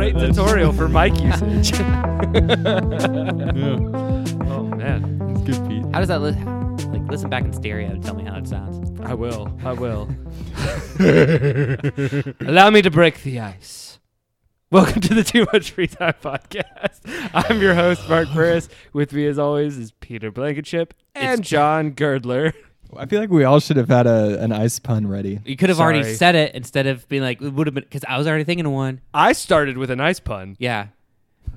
material for mic usage. yeah, oh man, it's good, Pete. How does that li- like listen back in stereo and tell me how it sounds? I will. I will. Allow me to break the ice. Welcome to the Too Much Free Time podcast. I'm your host Mark Burris. With me, as always, is Peter Blankenship and John Girdler. I feel like we all should have had a an ice pun ready. You could have already Sorry. said it instead of being like it would have been because I was already thinking of one. I started with a nice pun. Yeah,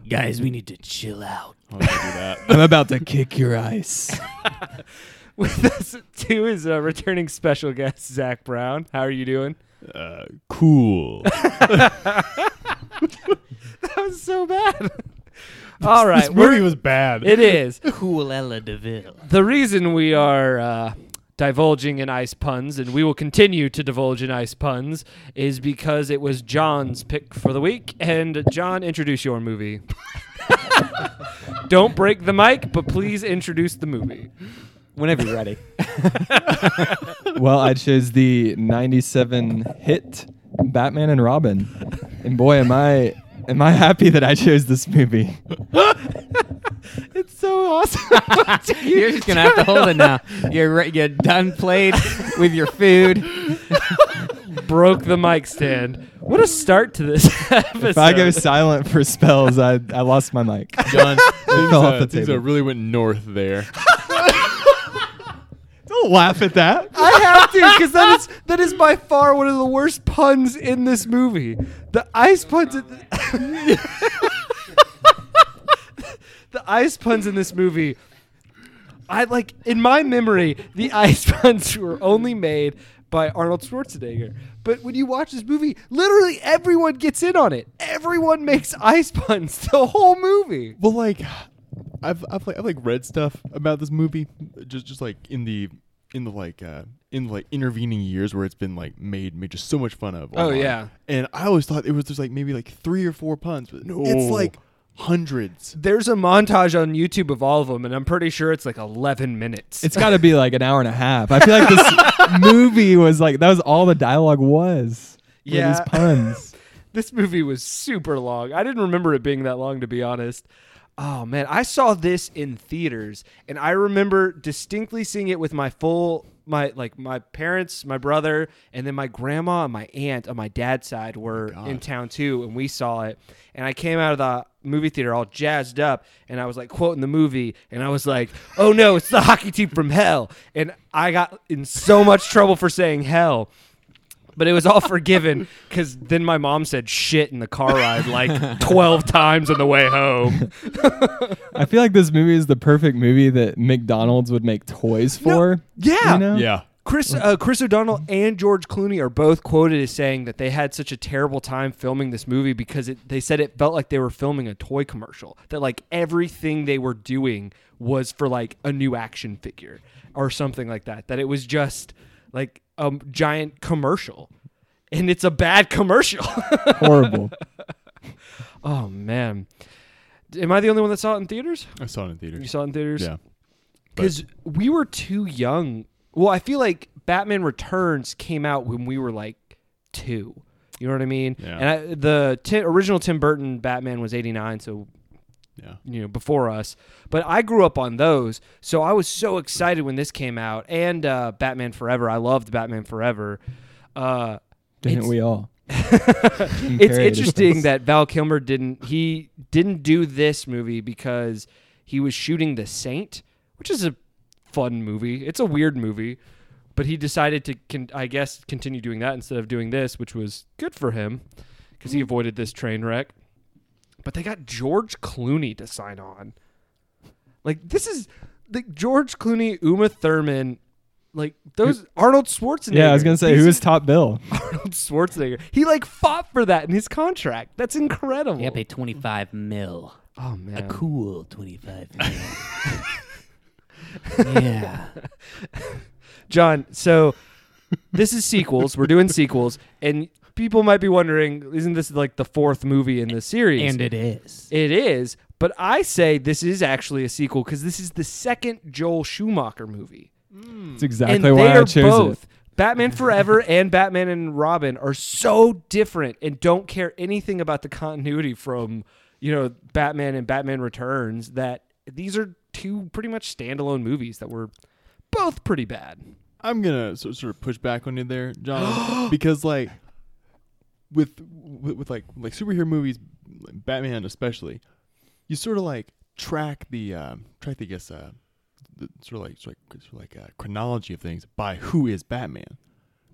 guys, we need to chill out. I'm about to kick your ice. With us too is a returning special guest Zach Brown. How are you doing? uh, cool. That was so bad. All right, this movie we're- was bad. it is. Cool Ella Deville. The reason we are uh, divulging in ice puns, and we will continue to divulge in ice puns, is because it was John's pick for the week. And John, introduce your movie. Don't break the mic, but please introduce the movie. Whenever you're ready. well, I chose the 97 hit Batman and Robin. And boy, am I am I happy that I chose this movie. It's so awesome. You're just gonna have to hold it now. You're re- you're done played with your food. Broke the mic stand. What a start to this episode. If I go silent for spells, I, I lost my mic. John, things, fell off uh, the things table. uh, really went north there. Don't laugh at that. I have to because that is that is by far one of the worst puns in this movie. The ice puns. In the ice puns in this movie. I like in my memory the ice puns were only made by Arnold Schwarzenegger. But when you watch this movie, literally everyone gets in on it. Everyone makes ice puns the whole movie. Well, like, I've I've like, I've like read stuff about this movie, just just like in the in the like uh in the, like intervening years where it's been like made made just so much fun of. Oh, online. yeah. and I always thought it was just like maybe like three or four puns, but no, it's like hundreds. There's a montage on YouTube of all of them, and I'm pretty sure it's like 11 minutes. It's got to be like an hour and a half. I feel like this movie was like that was all the dialogue was. were Yeah. these puns. this movie was super long. I didn't remember it being that long, to be honest. Oh man, I saw this in theaters, and I remember distinctly seeing it with my full my like my parents, my brother, and then my grandma and my aunt on my dad's side were in town too, and we saw it. And I came out of the movie theater all jazzed up, and I was like quoting the movie, and I was like, "Oh no, it's the hockey team from hell!" And I got in so much trouble for saying hell but it was all forgiven because then my mom said shit in the car ride like 12 times on the way home. I feel like this movie is the perfect movie that McDonald's would make toys for. yeah. you know? Yeah, Chris uh, Chris O'Donnell and George Clooney are both quoted as saying that they had such a terrible time filming this movie because it, they said it felt like they were filming a toy commercial. That like everything they were doing was for like a new action figure or something like that. That it was just like a giant commercial, and it's a bad commercial. horrible. oh man, am I the only one that saw it in theaters? I saw it in You theaters. saw it in theaters? Yeah, but- Because we were too young. Well, I feel like Batman Returns came out when we were like two. You know what I mean? Yeah. And I, the ti original Tim Burton Batman was 89, so yeah. you know before us but i grew up on those so i was so excited when this came out and uh, batman forever i loved batman forever uh, Didn't It's- we all? it's interesting that Val Kilmer didn't he didn't do this movie because he was shooting The Saint, which is a fun movie. It's a weird movie, but he decided to con- I guess continue doing that instead of doing this, which was good for him because he avoided this train wreck. But they got George Clooney to sign on. Like this is like George Clooney, Uma Thurman, like those Arnold Schwarzenegger. Yeah, I was gonna say who These was top bill. Arnold Schwarzenegger. He like fought for that in his contract. That's incredible. Yeah, pay twenty five mil. oh man. A cool 25 yeah. John, so this is sequels. We're doing sequels and people might be wondering isn't this like the fourth movie in the series? it is. it is, but I say this is actually a sequel cuz this is the second Joel Schumacher movie. That's exactly Hmm. and they why are I chose both it. Batman Forever and Batman and Robin are so different and don't care anything about the continuity from, you know, Batman and Batman Returns that these are two pretty much standalone movies that were both pretty bad. I'm gonna so, sort of push back on you there, John, because like with, with with like like superhero movies, Batman especially, you sort of like track the um, track the I guess uh, the, sort of like sort of like, sort of like uh, chronology of things by who is Batman.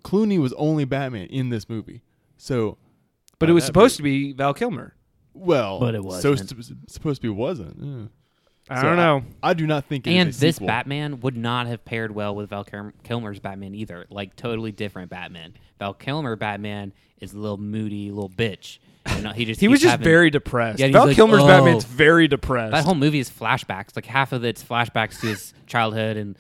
Clooney was only Batman in this movie, so Uh, But it was supposed to be Val Kilmer. well, But it so wasn't. sup- supposed to be wasn't. yeah. I So don't know. I, do not think. it is and a this sequel. Batman would not have paired well with Val Kilmer- Kilmer's Batman either. Like totally different Batman. Val Kilmer Batman is a little moody, little bitch. You know, he just He was keeps just having- very depressed. Yeah, he's Val like, Kilmer's "Oh." Batman's very depressed. That whole movie is flashbacks. Like half of it's flashbacks to his childhood and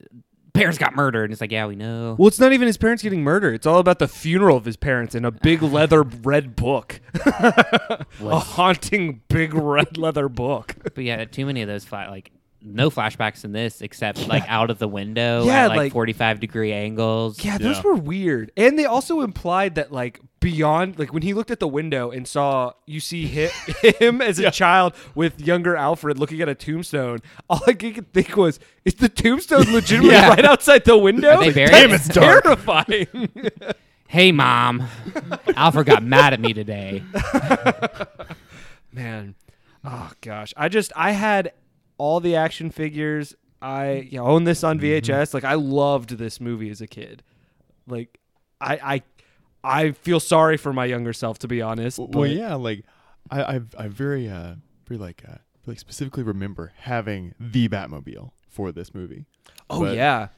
uh, parents got murdered. And it's like, yeah, we know. well, it's not even his parents getting murdered. It's all about the funeral of his parents in a big leather red book. a haunting big red leather book. But yeah, too many of those flat like no flashbacks in this except like out of the window Yeah, at like, like- 45 degree angles. Yeah, those Yeah. were weird. And they also implied that like beyond like when he looked at the window and saw you see hi- him as a child with younger Alfred looking at a tombstone, all I could think was, is the tombstone legitimately Yeah. right outside the window? Are they buried Damn, it? it's terrifying. Hey mom. Alfred got mad at me today. Man. Oh gosh. I just I had all the action figures. I you know, own this Mm-hmm. on VHS. Like I loved this movie as a kid. Like I I I feel sorry for my younger self to be honest. Well, but- yeah, like I, I, I very, uh, very like, uh, like specifically remember having the Batmobile for this movie. Oh But- yeah,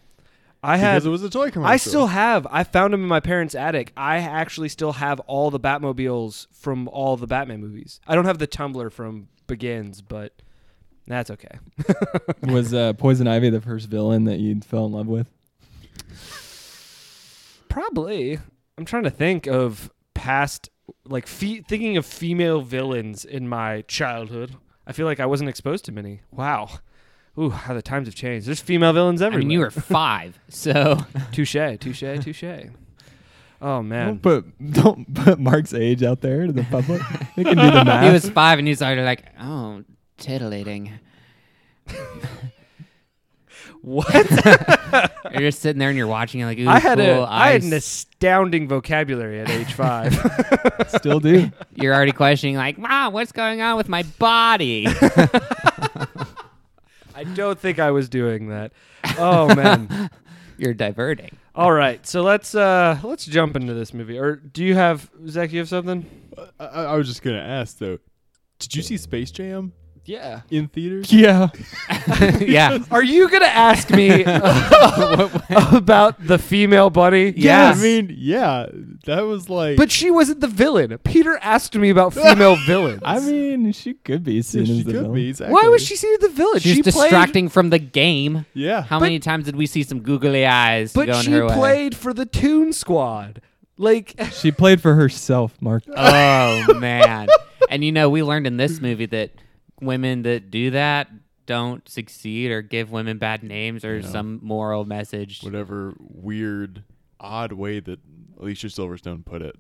I had. because it was a toy commercial. I still have. I found them in my parents' attic. I actually still have all the Batmobiles from all the Batman movies. I don't have the tumbler from Begins, but that's okay. Was uh, Poison Ivy the first villain that you fell in love with? Probably. I'm trying to think of past, like fe- thinking of female villains in my childhood. I feel like I wasn't exposed to many. Wow. Ooh, how the times have changed. There's female villains I everywhere. mean, you were 5. So touche, touche, touche. Oh man. Don't put don't put Mark's age out there to the public. They can do the math. he was 5 and he's already like, "Oh, titillating." What? You're just sitting there and you're watching it like, "Ooh, I had cool, a I had an ice." astounding vocabulary at age five. Still do. You're already questioning like, "Mom, what's going on with my body?" I don't think I was doing that. Oh man. you're diverting. All right, so let's uh let's jump into this movie. Or do you have Zach? You have something? I, I I was just gonna ask though, did you see Space Jam Yeah. in theaters? yeah. yeah. Are you gonna ask me about the female bunny? Yeah. I mean, yeah, that was like. But she wasn't the villain. Peter asked me about female villains. I mean, she could be yeah, seen she as the could villain. be. Exactly. why was she seen in the villain? She's she played- distracting from the game. Yeah. How But- many times did we see some googly eyes but going she her way? played for the Toon Squad. Like, She played for herself, Mark. Oh man! and you know, we learned in this movie that women that do that don't succeed or give women bad names or some moral message. Whatever weird, odd way that Alicia Silverstone put it.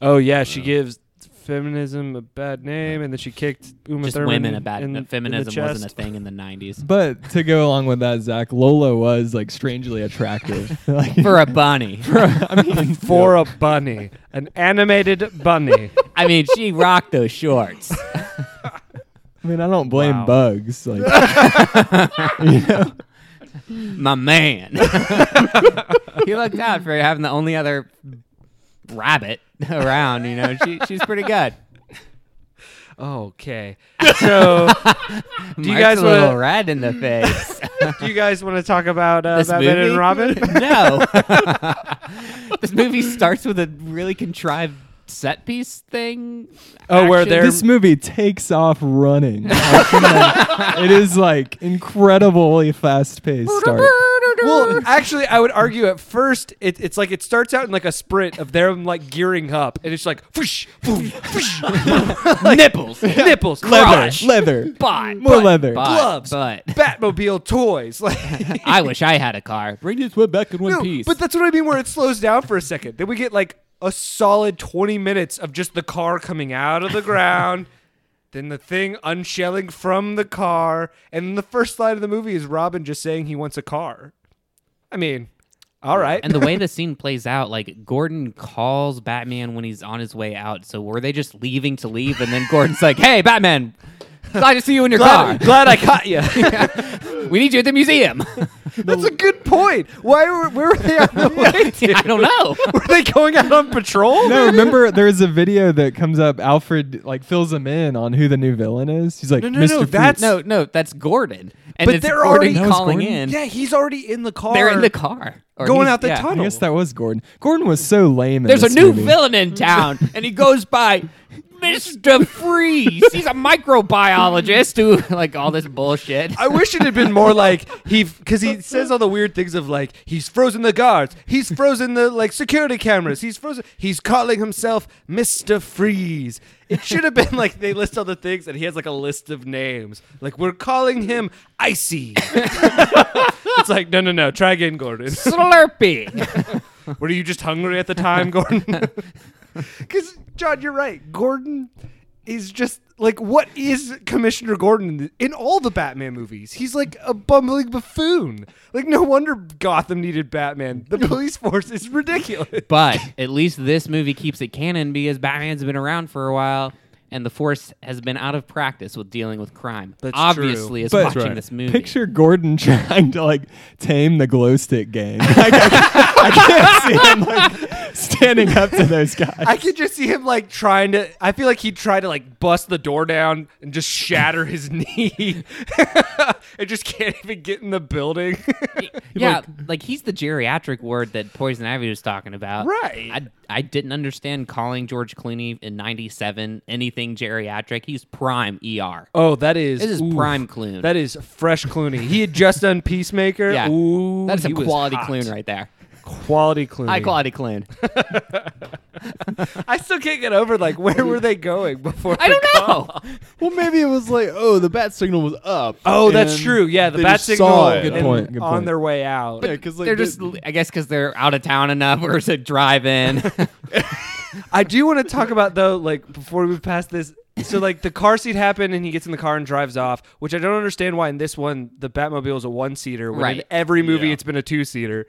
oh yeah, she gives feminism a bad name, and then she kicked Uma Just Thurman women about in- in the feminism wasn't a chest. thing in the '90s But to go along with that, Zach, Lola was like strangely attractive. like, for a bunny. I mean, for a bunny, an animated bunny. I mean, she rocked those shorts. I mean, I don't blame Wow. bugs. Like, My man. he looked out for having the only other rabbit around. You know, she, she's pretty good. okay, so do you guys a little want red in the face? do you guys want to talk about uh, this Batman movie? and Robin? no. this movie starts with a really contrived set piece thing. Oh, where action. they're- this movie takes off running. Like, you know, it is like incredibly fast paced start. murder. Well, actually, I would argue at first it, it's like it starts out in like a sprint of them like gearing up, and it's like whoosh, boom, whoosh, nipples, nipples, crotch, Leather. leather. butt, More butt, leather. butt, gloves, But Batmobile toys. Like I wish I had a car. Bring this web back in one no, piece. but that's what I mean. Where it slows down for a second, then we get like a solid twenty minutes of just the car coming out of the ground. Then the thing unshelling from the car, and the first line of the movie is Robin just saying he wants a car. I mean, all right. And the way the scene plays out, like Gordon calls Batman when he's on his way out. So were they just leaving to leave, and then Gordon's like, "Hey, Batman, glad to see you in your glad, car. glad I caught you. We need you at the museum." That's a good point. Why were where were they on the way? To? I don't know. Were they going out on patrol? No, remember there's a video that comes up. Alfred like fills him in on who the new villain is. He's like, No, no, no, Mr. Freeze." that's- No, no, that's Gordon. And But it's they're already- Gordon That was calling Gordon? in. Yeah, he's already in the car. They're in the car. Or Going he's- out the yeah. tunnel. I guess that was Gordon. Gordon was so lame. In There's a this new movie. villain in town, and he goes by Mr. Freeze. He's a microbiologist who, like, all this bullshit. I wish it had been more like he, because he says all the weird things of like he's frozen the guards, he's frozen the like security cameras, he's frozen, he's calling himself Mister Freeze. It should have been like they list all the things and he has like a list of names. Like we're calling him Icy. it's like no, no, no. Try again, Gordon. Slurpy. Were you just hungry at the time, Gordon? Because John, you're right. Gordon is just like what is Commissioner Gordon in, the- in all the Batman movies? He's like a bumbling buffoon. Like no wonder Gotham needed Batman. The police force is ridiculous. but at least this movie keeps it canon because Batman's been around for a while, and the Force has been out of practice with dealing with crime. That's Obviously, true. is But- watching Right. this movie. Picture Gordon trying to like tame the glow stick gang. Like, I, I can't see him like standing up to those guys. I could just see him like trying to. I feel like he'd try to like bust the door down and just shatter his knee. and just can't even get in the building. yeah, like, he's the geriatric ward that Poison Ivy was talking about. Right. I, I didn't understand calling George Clooney in '97 anything geriatric. He's prime ER. oh, that is This is prime Clooney. That is fresh Clooney. He had just done Peacemaker. yeah. Ooh, That's a he was quality hot. Clooney right there. Quality Clooney. High quality Clooney. I still can't get over like where were they going before? I the don't call? know. well, maybe it was like, oh, the bat signal was up. Oh, that's and true. Yeah, the they bat just signal. saw it. Good and point, good on point. their way out. Yeah, because like, they're they- just, I guess, because they're out of town enough or to drive in. I do want to talk about though, like before we pass this. So like the car seat happened and he gets in the car and drives off, which I don't understand why in this one the Batmobile is a one seater. When in Right. every movie Yeah. it's been a two seater.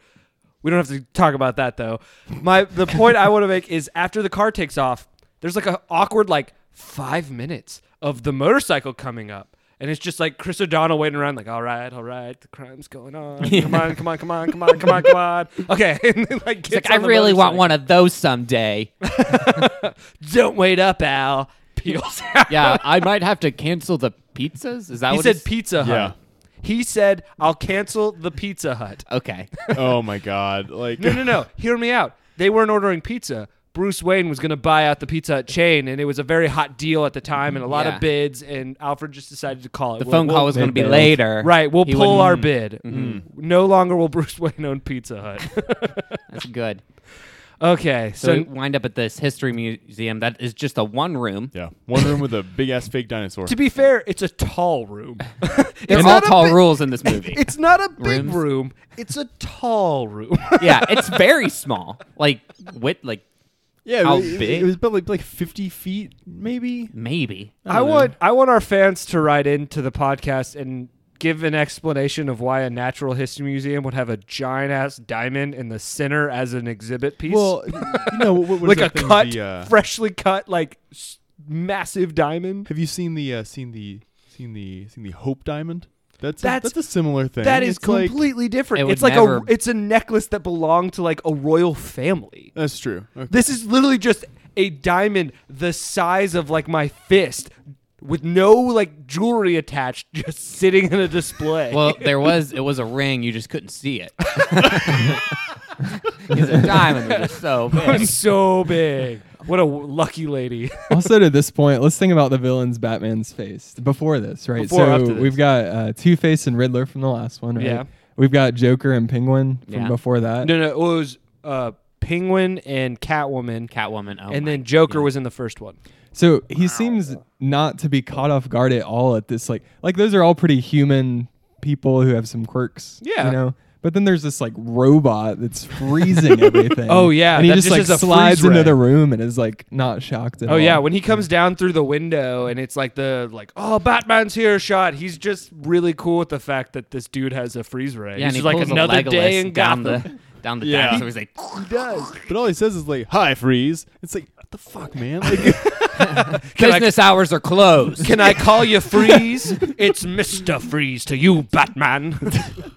We don't have to talk about that though. My the point I want to make is after the car takes off, there's like a awkward like five minutes of the motorcycle coming up. And it's just like Chris O'Donnell waiting around, like, all right, all right, the crime's going on. Come on, come on, come on, come on, come on, come on. Okay. And then, like, It's like, I really want one of those someday. Don't wait up, Al. Peels out. Yeah, I might have to cancel the pizzas. Is that He what said it's- Pizza Hut. Yeah. He said, I'll cancel the Pizza Hut. Okay. oh my god, like No, no, no. Hear me out. They weren't ordering pizza. Bruce Wayne was going to buy out the Pizza Hut chain, and it was a very hot deal at the time and a lot Yeah. of bids, and Alfred just decided to call it. The We'll- phone we'll- call was going to be mid-bailed. later. Right, we'll He pull wouldn't- Mm-hmm. our bid. No longer will Bruce Wayne own Pizza Hut. That's good. okay, So, so, we wind up at this history museum that is just a one room. yeah, one room with a big ass fake dinosaur. to be fair, it's a tall room. They're It's all not a tall big- rules in this movie. it's not a big Rooms. room, it's a tall room. yeah, it's very small. Like with like yeah, How it, it- big? It was probably like fifty feet, maybe. maybe. I want I want our fans to write into the podcast and give an explanation of why a natural history museum would have a giant ass diamond in the center as an exhibit piece. Well, you know, what, what is like a that thing? cut, The, uh, freshly cut, like s- massive diamond. have you seen the uh, seen the seen the seen the Hope Diamond? That's That's- a, that's a similar thing. That is It's like- completely It different. would It's like never- a it's a necklace that belonged to like a royal family. that's true. Okay. This is literally just a diamond the size of like my fist with no like jewelry attached just sitting in a display. Well, there was it was a ring, you just couldn't see it. Because a diamond was just so big. so big. What a w- lucky lady. also to this point, let's think about the villain's Batman's face before this, right? Before or so after this? we've got uh, Two Face and Riddler from the last one, right? Yeah. We've got Joker and Penguin from Yeah. before that. No, no, well, it was uh, Penguin and Catwoman, Catwoman. Oh and my then Joker was in the first one. So he seems not to be caught off guard at all at this like like those are all pretty human people who have some quirks. Yeah. You know? But then there's this like robot that's freezing everything. Oh, yeah, And he that just, just like is a slides freeze into ray. the room and is like not shocked at all. Oh yeah, when he comes down through the window and it's like the like oh Batman's here shot. He's just really cool with the fact that this dude has a freeze ray. he's Yeah, and he just like pulls a another day Legolas in down Gotham. the down the Yeah. dinosaur. He's like, He does. But all he says is like, "Hi, freeze." It's like, what the fuck, man? Like, Can I- business hours are closed. Can I call you Freeze? it's Mister Freeze to you, Batman.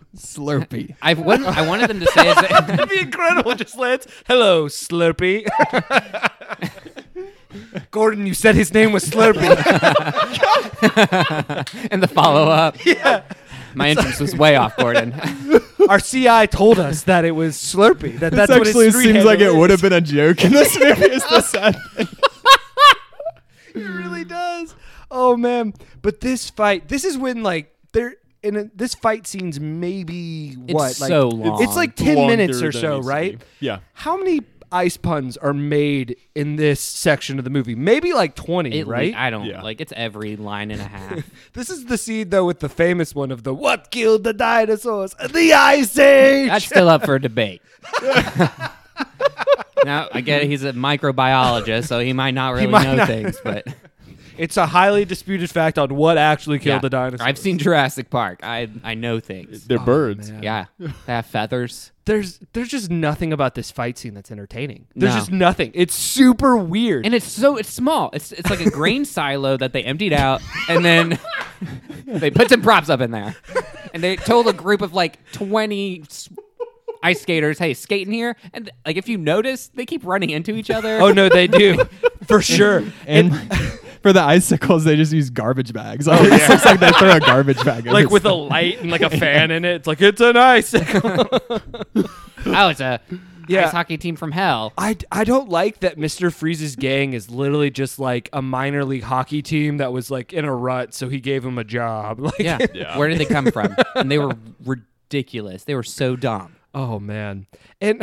Slurpy. I wouldn't, I wanted them to say his That'd be incredible. Just Lance. Hello, Slurpy. Gordon, you said his name was Slurpy. and the follow up. Yeah. My entrance was way off, Gordon. Our CI told us that it was Slurpy. That that's This actually what his street seems like it handle would is. have been a joke in this movie. It's the sad thing. It really does. Oh man, but this fight, this is when like there and it- this fight scene's maybe It's what like so long. it's like 10 longer minutes or than so, it needs to right? be. Yeah. How many ice puns are made in this section of the movie? Maybe like 20, It- right? I don't Yeah. like it's every line and a half. this is the seed though with the famous one of the what killed the dinosaurs? The ice age. That's still up for debate. now I get it. He's a microbiologist, so he might not really might know not. things, but it's a highly disputed fact on what actually killed yeah. the dinosaurs. I've seen Jurassic Park. I I know things. they're birds. Oh, man. Yeah, they have feathers. there's there's just nothing about this fight scene that's entertaining. There's No. just nothing. It's super weird. And it's so it's small. It's it's like a grain silo that they emptied out, and then they put some props up in there, and they told a group of like twenty s- ice skaters, "Hey, skate in here." And like if you notice, they keep running into each other. Oh no, they do for sure. And, And for the icicles, they just use garbage bags. Oh, yeah. It's like they throw a garbage bag. like with a light and like a fan in it, it's like it's an icicle. oh, it's a Yeah. ice hockey team from hell. I, I don't like that Mr. Freeze's gang is literally just like a minor league hockey team that was like in a rut, so he gave him a job. Like, Yeah. Yeah. Where did they come from? And they were ridiculous. They were so dumb. oh man, and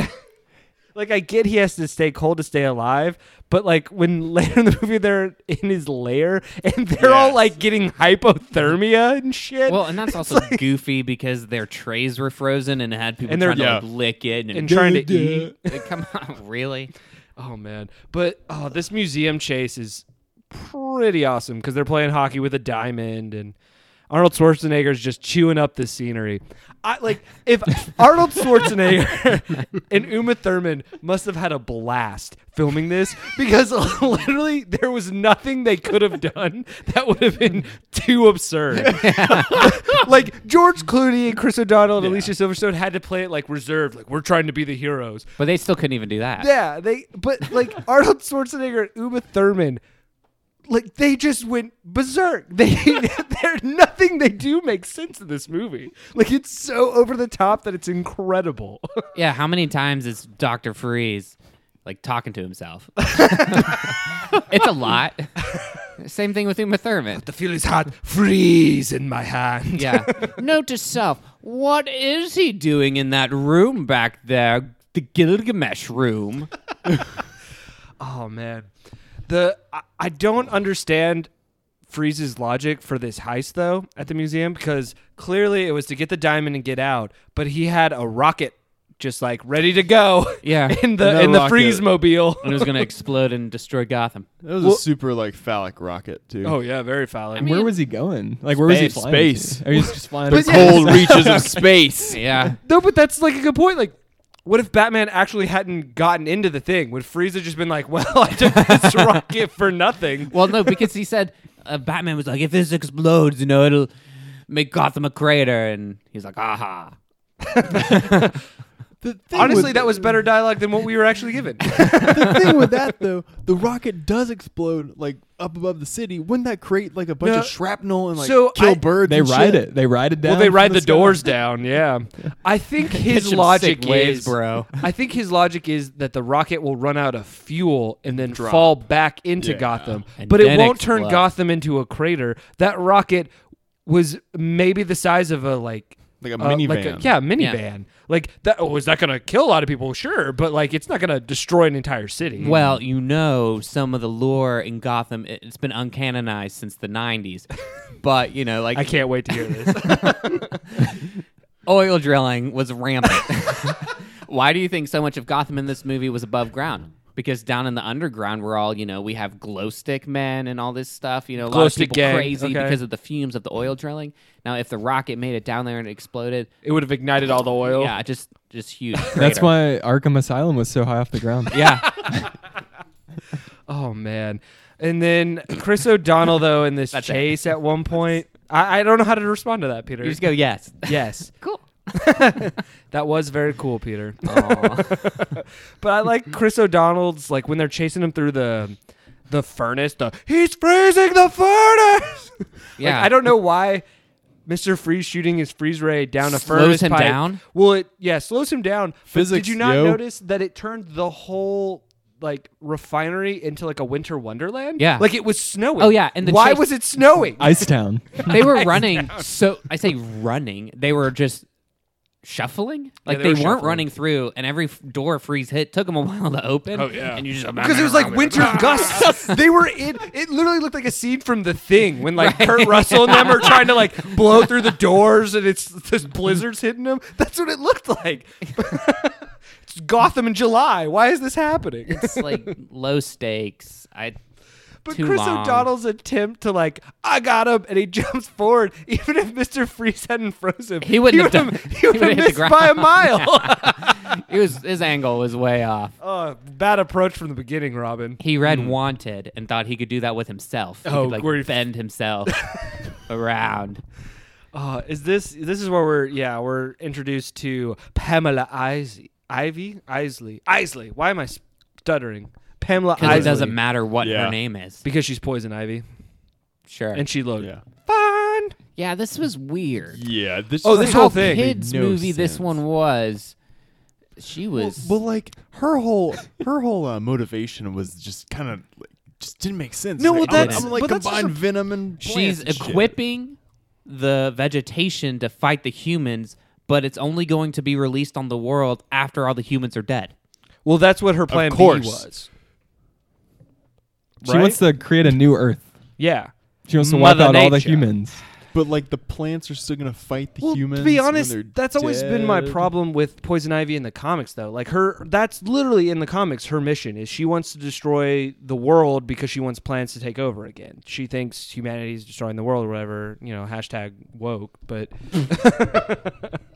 like I get he has to stay cold to stay alive, but like when later in the movie they're in his lair and they're all Yes. like getting hypothermia and shit. Well, and that's also goofy because their trays were frozen and had people And they're- trying to like, Yeah. lick it and, and trying to Duh, duh. eat. like, come on, really? Oh man, but oh, this museum chase is pretty awesome because they're playing hockey with a diamond and Arnold Schwarzenegger's just chewing up the scenery. I like if Arnold Schwarzenegger and Uma Thurman must have had a blast filming this because literally there was nothing they could have done that would have been too absurd. like George Clooney and Chris O'Donnell and Alicia Silverstone had to play it like reserved, like we're trying to be the heroes. But they still couldn't even do that. Yeah, they but like Arnold Schwarzenegger and Uma Thurman, like they just went berserk. They they're nothing they do makes sense in this movie. Like it's so over the top that it's incredible. Yeah, how many times is Doctor Freeze like talking to himself? it's a lot. Same thing with Uma Thurman. the feel is hot, freeze in my hand. Yeah. Note to self: What is he doing in that room back there? The Gilgamesh room. Oh man. The I, I don't understand Freeze's logic for this heist though at the museum because clearly it was to get the diamond and get out, but he had a rocket just like ready to go. Yeah. In the Another in the rocket. freeze mobile. And it was going to explode and destroy Gotham. That was a super like phallic rocket too. Oh yeah, very phallic. where was he going? Like where was he Space, flying? space. to? Are you just flying? the to- cold reaches of space. Yeah. no, but that's like a good point. Like, what if Batman actually hadn't gotten into the thing? Would Frieza just been like, "Well, I took this rocket for nothing." Well, no, because he said uh, Batman was like, if this explodes, you know, it'll make Gotham a crater, and he's like, aha. The thing Honestly, with- that was better dialogue than what we were actually given. the thing with that though. The rocket does explode like up above the city. Wouldn't that create like a bunch No. of shrapnel and like So kill I- birds? They and ride shit? it. They ride it down. well, they from ride the sky. doors down. Yeah, I think his Some logic sick waves, is. bro. I think his logic is that the rocket will run out of fuel and then fall back into Yeah. Gotham, And but it then won't turn explode. Gotham into a crater. That rocket was maybe the size of a like like a uh, minivan. like a, yeah, minivan. Yeah. Like that. Oh, is that going to kill a lot of people? Sure, but like it's not going to destroy an entire city. Well, you know, some of the lore in Gotham, it- it's been uncanonized since the 90s. But, you know, like I can't wait to hear this. oil drilling was rampant. Why do you think so much of Gotham in this movie was above ground? Because down in the underground, we're all, you know, we have glow stick men and all this stuff. You know, a lot Glow of stick people gang, crazy okay. because of the fumes of the oil drilling. Now, if the rocket made it down there and it exploded, it would have ignited all the oil. yeah, just just huge. That's crater. why Arkham Asylum was so high off the ground. Yeah, Oh man. And then Chris O'Donnell though in this That's it. chase at one point. I, I don't know how to respond to that, Peter. you just go yes. yes. Cool. That was very cool, Peter. Aw. But I like Chris O'Donnell's like when they're chasing him through the the furnace, the he's freezing the furnace. Like, Yeah. I don't know why Mr. Freeze shooting his freeze ray down a Slows furnace. him pipe- down? Well it yeah, slows him down. But did Physics, you not yo. notice that it turned the whole like refinery into like a winter wonderland? Yeah. Like it was snowing. Oh, yeah, and the why chase- was it snowing? Ice Town. they were running so i say running they were just shuffling like they were they, were not shuffling. running through and every f- door freeze hit took them a while to open Oh, yeah. and you just because it was like winter gusts. They were in. It literally looked like a scene from The Thing when like Right. Kurt Russell and them are trying to like blow through the doors and it's this blizzard's hitting them. That's what it looked like. it's Gotham in July. Why is this happening? it's like low stakes i But too Chris long. O'Donnell's attempt to like, I got him, and he jumps forward. Even if Mister Freeze hadn't frozen, He wouldn't have would've- done- He would have would've missed hit the by a ground. mile. it was his angle was way off oh, bad approach from the beginning, Robin. he read wanted and thought he could do that with himself he Hmm. Oh, could, where he- like bend himself around Uh, is this this is where we're yeah we're introduced to Pamela Isley Ivy Isley Isley. Why am I stuttering? Pamela because Isley it doesn't matter what Yeah. her name is because she's poison ivy sure and she looked yeah. fine. yeah this was weird Yeah. This. Oh, Oh, For this this. how whole thing made kids no movie this sense. one was she was Well, like her whole her whole uh, motivation was just kind of like, just didn't make sense. No, Like, well, I'm- that's- I'm like but that's just combined a- venom and She's plants and shit. equipping the vegetation to fight the humans, but it's only going to be released on the world after all the humans are dead. Well, that's what her plan B course. was. She Right? wants to create a new Earth. Yeah. She wants to Mother wipe out all the Nature. humans. But like the plants are still gonna fight the Well, humans. to be when honest, they're that's always been my dead. problem with Poison Ivy in the comics, though. Like her, that's literally in the comics. Her mission is she wants to destroy the world because she wants plants to take over again. She thinks humanity is destroying the world, or whatever. You know, hashtag woke. But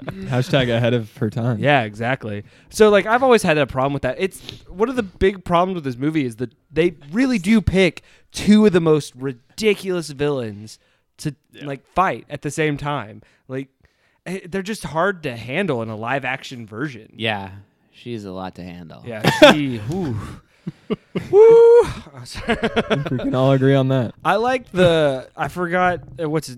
Hashtag ahead of her time. yeah, exactly. So like, I've always had a problem with that. It's one of the big problems with this movie is that they really do pick two of the most ridiculous villains to like fight at the same time. Like, eh, they're just hard to handle in a live action version. Yeah, she's a lot to handle. Yeah, she. whew. Woo! I'm sorry. We can all agree on that. I like the. I forgot uh, what's his-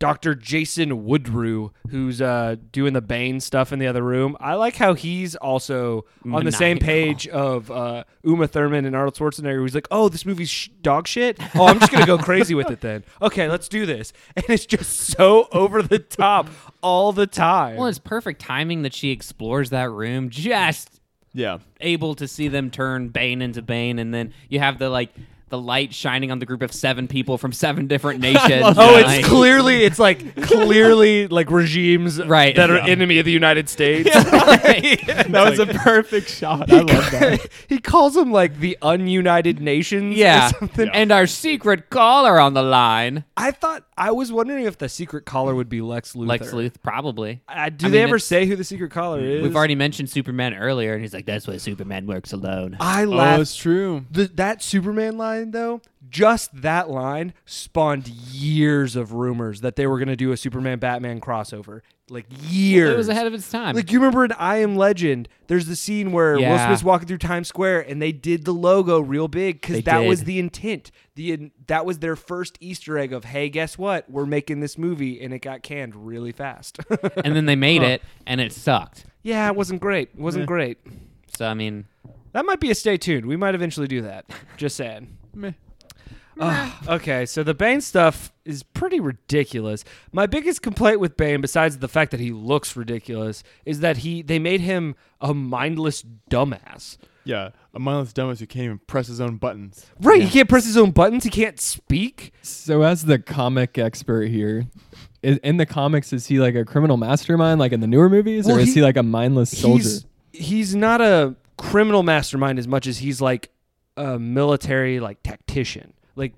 Dr. Jason Woodrue, who's uh, doing the Bane stuff in the other room. I like how he's also on the same Maniacal. page of uh, Uma Thurman and Arnold Schwarzenegger. Who's like, "Oh, this movie's sh- dog shit. Oh, I'm just gonna go crazy with it then. Okay, let's do this." And it's just so over the top all the time. Well, it's perfect timing that she explores that room, just Yeah. able to see them turn Bane into Bane, and then you have the like the light shining on the group of seven people from seven different nations. Oh, Like, it's clearly it's like clearly like regimes Right. that are enemy of the United States. That was a perfect shot. I love that. he calls them like the ununited nations. or Yeah. something. and our secret caller on the line, I thought I was wondering if the secret caller would be Lex Luthor. Lex Luth, probably. Uh, do they I mean, ever it's- Mm, say who the secret caller is? We've already mentioned Superman earlier, and he's like, "That's why Superman works alone." I Oh, laughed. that's true. Th- that Superman line though, just that line spawned years of rumors that they were going to do a Superman Batman crossover. Like years. It was ahead of its time. Like you remember in I Am Legend, there's the scene where Will Yeah. Smith's walking through Times Square, and they did the logo real big They because that was did. the intent. The in, that was their first Easter egg of hey, guess what? We're making this movie, and it got canned really fast. and then they made it, and it sucked. yeah, it wasn't great. It wasn't great. So I mean, That might be a stay tuned. We might eventually do that. Just saying. Meh. Ugh, okay, so the Bane stuff is pretty ridiculous. My biggest complaint with Bane, besides the fact that he looks ridiculous, is that he they made him a mindless dumbass. Yeah, a mindless dumbass who can't even press his own buttons. Right, he can't press his own buttons. He can't speak. So, as the comic expert here, i- in the comics, is he like a criminal mastermind, like in the newer movies, Well, or is he- he like a mindless soldier? He's he's not a criminal mastermind as much as he's like a military like tactician. Like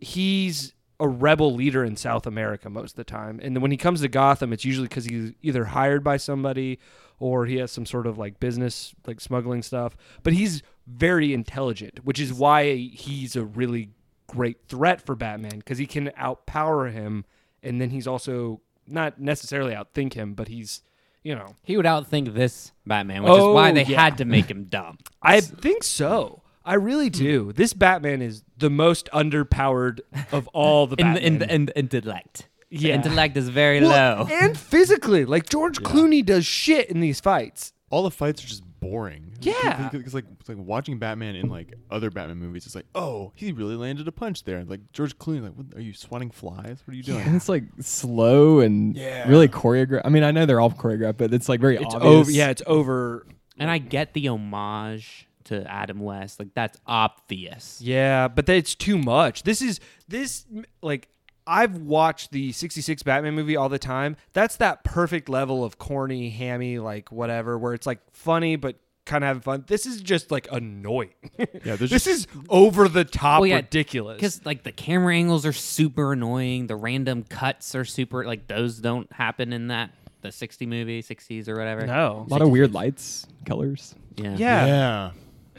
he's a rebel leader in South America most of the time. And then when he comes to Gotham, it's usually because he's either hired by somebody or he has some sort of like business like smuggling stuff. But he's very intelligent, which is why he's a really great threat for Batman because he can outpower him, and then he's also not necessarily outthink him, but he's you know He would outthink this Batman, which is Oh, why they yeah. had to make him dumb. I think so. I really do. This Batman is the most underpowered of all the in Batman. the, in the, in the intellect. Yeah. The intellect is very Well, low. and physically, like George Clooney does shit in these fights. All the fights are just boring. Yeah. because like it's like watching Batman in like other Batman movies, it's like, oh, he really landed a punch there. Like George Clooney, like, what, are you swatting flies? What are you doing? And it's like slow and Yeah. really choreographed. I mean, I know they're all choreographed, but it's like very It's obvious. over. Yeah, it's over. And I get the homage to Adam West. Like, that's obvious. Yeah, but that it's too much. This is this like I've watched the 66 Batman movie all the time. That's that perfect level of corny, hammy, like whatever where it's like funny but kind of having fun. This is just like annoying. Yeah, this there's is over the top Well, Oh, yeah, ridiculous. Because, like, the camera angles are super annoying. The random cuts are super, like, those don't happen in that, the 60 movie, 60s or whatever. No. a lot of weird lights, colors. Yeah. Yeah. yeah.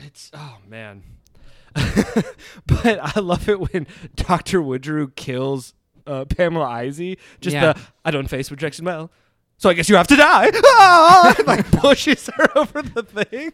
It's oh man. but I love it when Dr. Woodrue kills uh, Pamela Isy. Just Yeah. the I don't face rejection well. So I guess you have to die. Ah! And, like pushes her over the thing.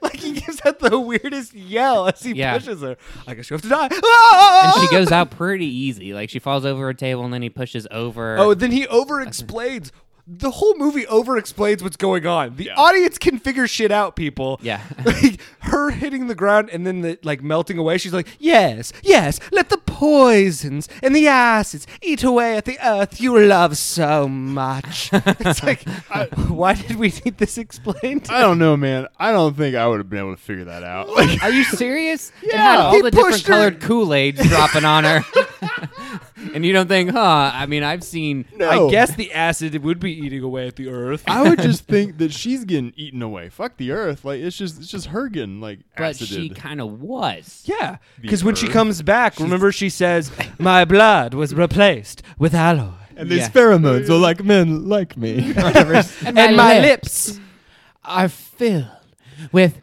Like he gives out the weirdest yell as he Yeah. pushes her. I guess you have to die. Ah! And she goes out pretty easy. Like, she falls over a table and then he pushes over. Oh, then he over explains. The whole movie over explains what's going on. The audience can figure shit out, people. Yeah. like her hitting the ground and then the like melting away, she's like, Yes, yes, let the poisons and the acids eat away at the earth you love so much. it's like uh, why did we need this explained? I don't know, man. I don't think I would have been able to figure that out. Like, Are you serious? It Yeah. had all He the different pushed her- colored Kool-Aids dropping on her. and you don't think, huh? I mean, I've seen no. I guess the acid would be eating away at the earth. I would just think that she's getting eaten away. Fuck the earth. Like it's just it's just her getting like but acided. she kind of was. Yeah, The because when she earth. comes back, remember she says, "My blood was replaced with alloy, And these these Yeah. pheromones are like men like me. And and my lips are filled with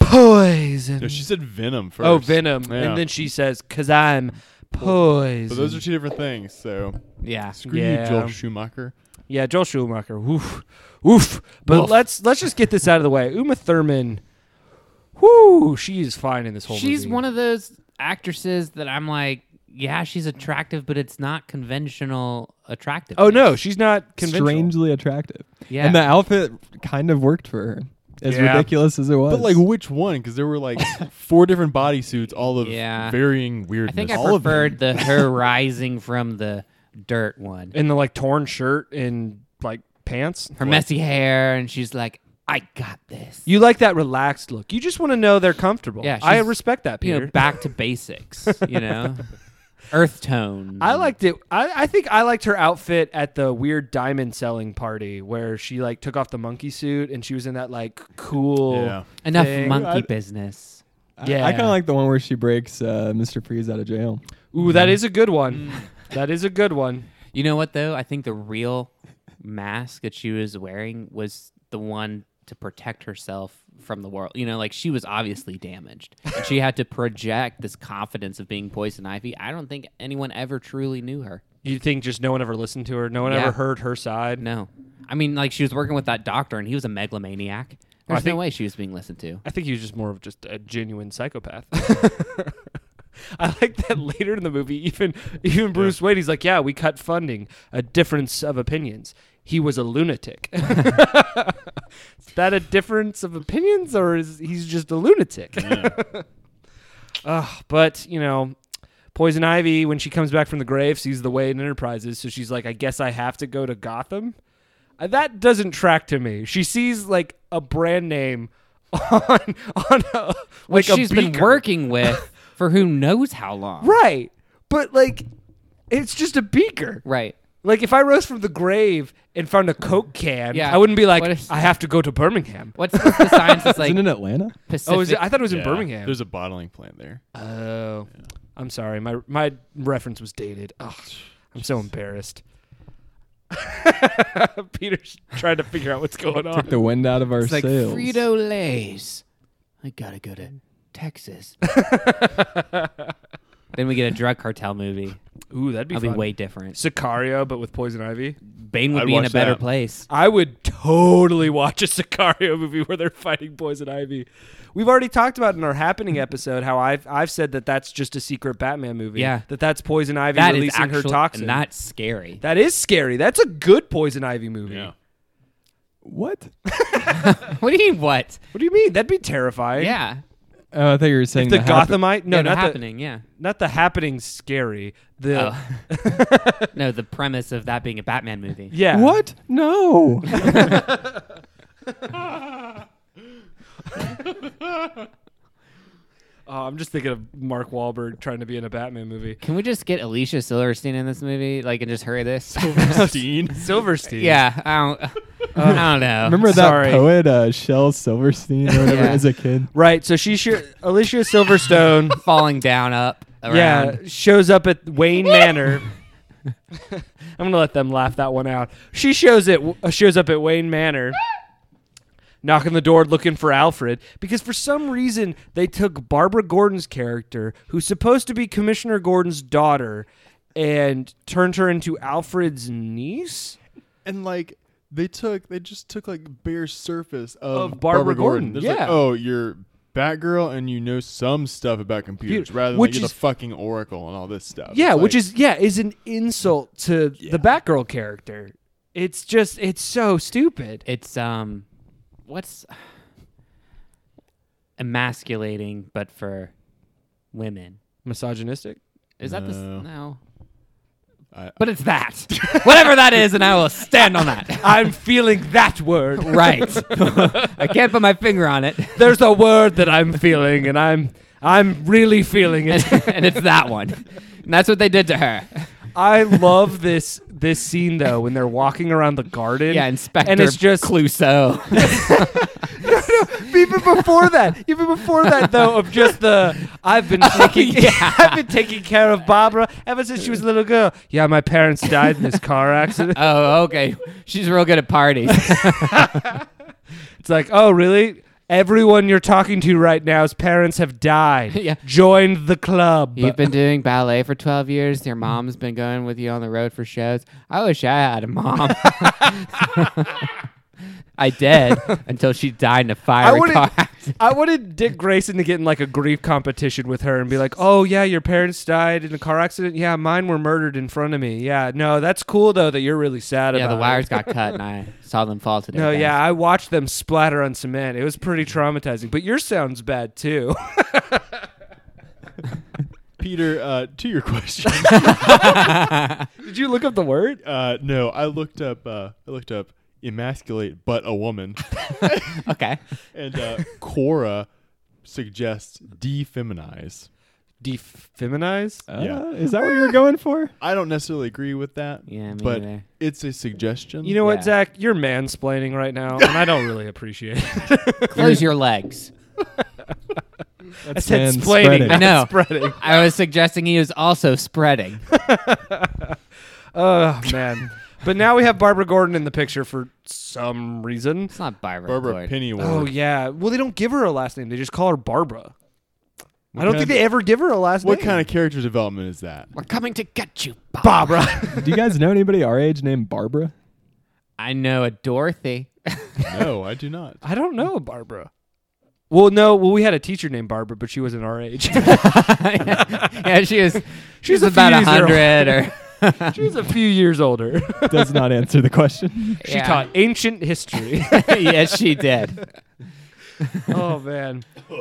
poison." no, she said venom first. oh, venom, Yeah. and then she says, "Cause I'm poison." But those are two different things. So yeah. screw Yeah. you, Joel Schumacher. yeah, Joel Schumacher. Oof, oof. But Woof. let's let's just get this out of the way. Uma Thurman. Whoo, she is fine in this whole. She's movie. one of those actresses that I'm like, yeah, she's attractive, but it's not conventional attractive. Oh no, she's not conventional. Strangely attractive. Yeah. And the outfit kind of worked for her, as Yeah. ridiculous as it was. But like which one? Because there were like four different bodysuits, all of Yeah. varying I weirdness. think I all of them. preferred the her rising from the dirt one. in the like torn shirt and like pants. Her messy hair, and she's like, I got this. You like that relaxed look. You just want to know they're comfortable. Yeah, I she's- respect that, Peter. you know, back to basics, you know? Earth tones. I and- liked it. I, I think I liked her outfit at the weird diamond selling party where she like took off the monkey suit and she was in that like cool. Yeah. enough thing. monkey I- business. I, yeah. kind of like the one where she breaks uh, Mr. Freeze out of jail. Ooh, that is a good Mm. one. that is a good one. You know what though? I think the real mask that she was wearing was the one to protect herself from the world. You know, like she was obviously damaged. And she had to project this confidence of being poison ivy. I don't think anyone ever truly knew her. You think just no one ever listened to her? No one Yeah. ever heard her side? No. I mean, like she was working with that doctor and he was a megalomaniac. Well, I There's no think- way she was being listened to. I think he was just more of just a genuine psychopath. I like that later in the movie, even even Bruce Wayne, he's like, "Yeah, we cut funding. A difference of opinions. He was a lunatic. is that a difference of opinions, or is he's just a lunatic?" Ugh, but you know, Poison Ivy when she comes back from the grave sees the way in Enterprises, so she's like, I guess I have to go to Gotham. Uh, That doesn't track to me. She sees like a brand name on on a, like which a she's been beaker. working with for who knows how long. right, but like it's just a beaker. Right. Like if I rose from the grave and found a Coke can, Yeah. I wouldn't be like, What is- I have to go to Birmingham. What's the, the science is like Isn't it in Atlanta? Pacific? Oh, is it, I thought it was in Yeah, Birmingham. There's a bottling plant there. Oh, I'm sorry. My my reference was dated. Ugh, I'm so embarrassed. Peter's trying to figure out what's going on. The wind out of our It's like sails. Frito Lay's. I gotta go to Texas. then we get a drug cartel movie. Ooh, that'd be That'll be fun. way different. Sicario, but with poison ivy. Bane would I'd be in a watch better that. place. I would totally watch a Sicario movie where they're fighting poison ivy. We've already talked about in our happening episode how I've I've said that that's just a secret Batman movie. Yeah. that that's poison ivy That is releasing her actually toxin. not scary. that is scary. That's a good poison ivy movie. Yeah. What? what do you mean? What? What do you mean? That'd be terrifying. Yeah, Oh, I thought you were saying If the that happened- Gothamite, no, Yeah, the not the, happening. yeah. not the happening scary. The Oh. no, the premise of that being a Batman movie. yeah. What? No. Oh, I'm just thinking of Mark Wahlberg trying to be in a Batman movie. Can we just get Alicia Silverstein in this movie, like, and just hurry this? Stein. Silverstein. yeah, I don't, I don't know. Remember that Sorry. poet, uh, Shel Silverstein, or whatever, Yeah. as a kid? Right. So she sure Alicia Silverstone. falling down up? Around. yeah, shows up at Wayne Manor. I'm gonna let them laugh that one out. She shows it uh, shows up at Wayne Manor, knocking the door looking for Alfred because for some reason they took Barbara Gordon's character, who's supposed to be Commissioner Gordon's daughter, and turned her into Alfred's niece. And like they took, they just took like bare surface of, Of Barbara Gordon, There's yeah. Like, oh, you're Batgirl, and you know some stuff about computers, Computer- rather than which like, you're is- the fucking Oracle and all this stuff. Yeah, It's which like, is yeah is an insult to the Batgirl character. It's just it's so stupid. it's um, what's emasculating, but for women. Misogynistic. Is that the No. s- no? I- but it's that, whatever that is, and I will stand on that. I'm feeling that word. right, I can't put my finger on it, there's a word that I'm feeling, and I'm I'm really feeling and, it. and it's that one. And that's what they did to her. I love this this scene though when they're walking around the garden. Yeah, Inspector And it's just Clouseau. even before that, even before that though, of just the I've been taking Oh, yeah. I've been taking care of Barbara ever since she was a little girl. Yeah, my parents died in this car accident. Oh, okay. She's real good at parties. It's like, oh really? Everyone you're talking to right now's parents have died. Yeah. Join the club. You've been doing ballet for 12 years. Your mom's been going with you on the road for shows. I wish I had a mom. I did until she died in a I fire wouldn't- car accident. I wanted Dick Grayson to get in like a grief competition with her and be like, "Oh yeah, your parents died in a car accident. Yeah, mine were murdered in front of me. Yeah, no, that's cool though that you're really sad Yeah, about." the it." wires got cut and I saw them fall today. No, guys. yeah, I watched them splatter on cement. It was pretty traumatizing. But yours sounds bad too. Peter. Uh, to your question, Did you look up the word? uh, no, I looked up. Uh, I looked up emasculate, but a woman, Okay. and uh, Cora suggests defeminize. Defeminize? Uh, Yeah. Is that what you were going for? I don't necessarily agree with that. Yeah, me but neither. it's a suggestion. You know Yeah. what, Zach? You're mansplaining right now, and I don't really appreciate it. Close your legs. I That's said manspreading. splaining, I know. not spreading. I was suggesting he was also spreading. Oh man. But now we have Barbara Gordon in the picture for some reason. It's not Barbara. Barbara Gordon. Pennyworth. Oh yeah. Well, they don't give her a last name. They just call her Barbara. I don't What kind think of- they ever give her a last What name. kind of character development is that? We're coming to get you, Bob. Barbara? Do you guys know anybody our age named Barbara? I know a Dorothy. no, I do not. I don't know Barbara. Well, no. Well, we had a teacher named Barbara, but she wasn't our age. yeah, she was. She She's was a about few a years old. hundred, or she was a few years older. Does not answer the question. she Yeah. taught ancient history. yes, she did. oh man.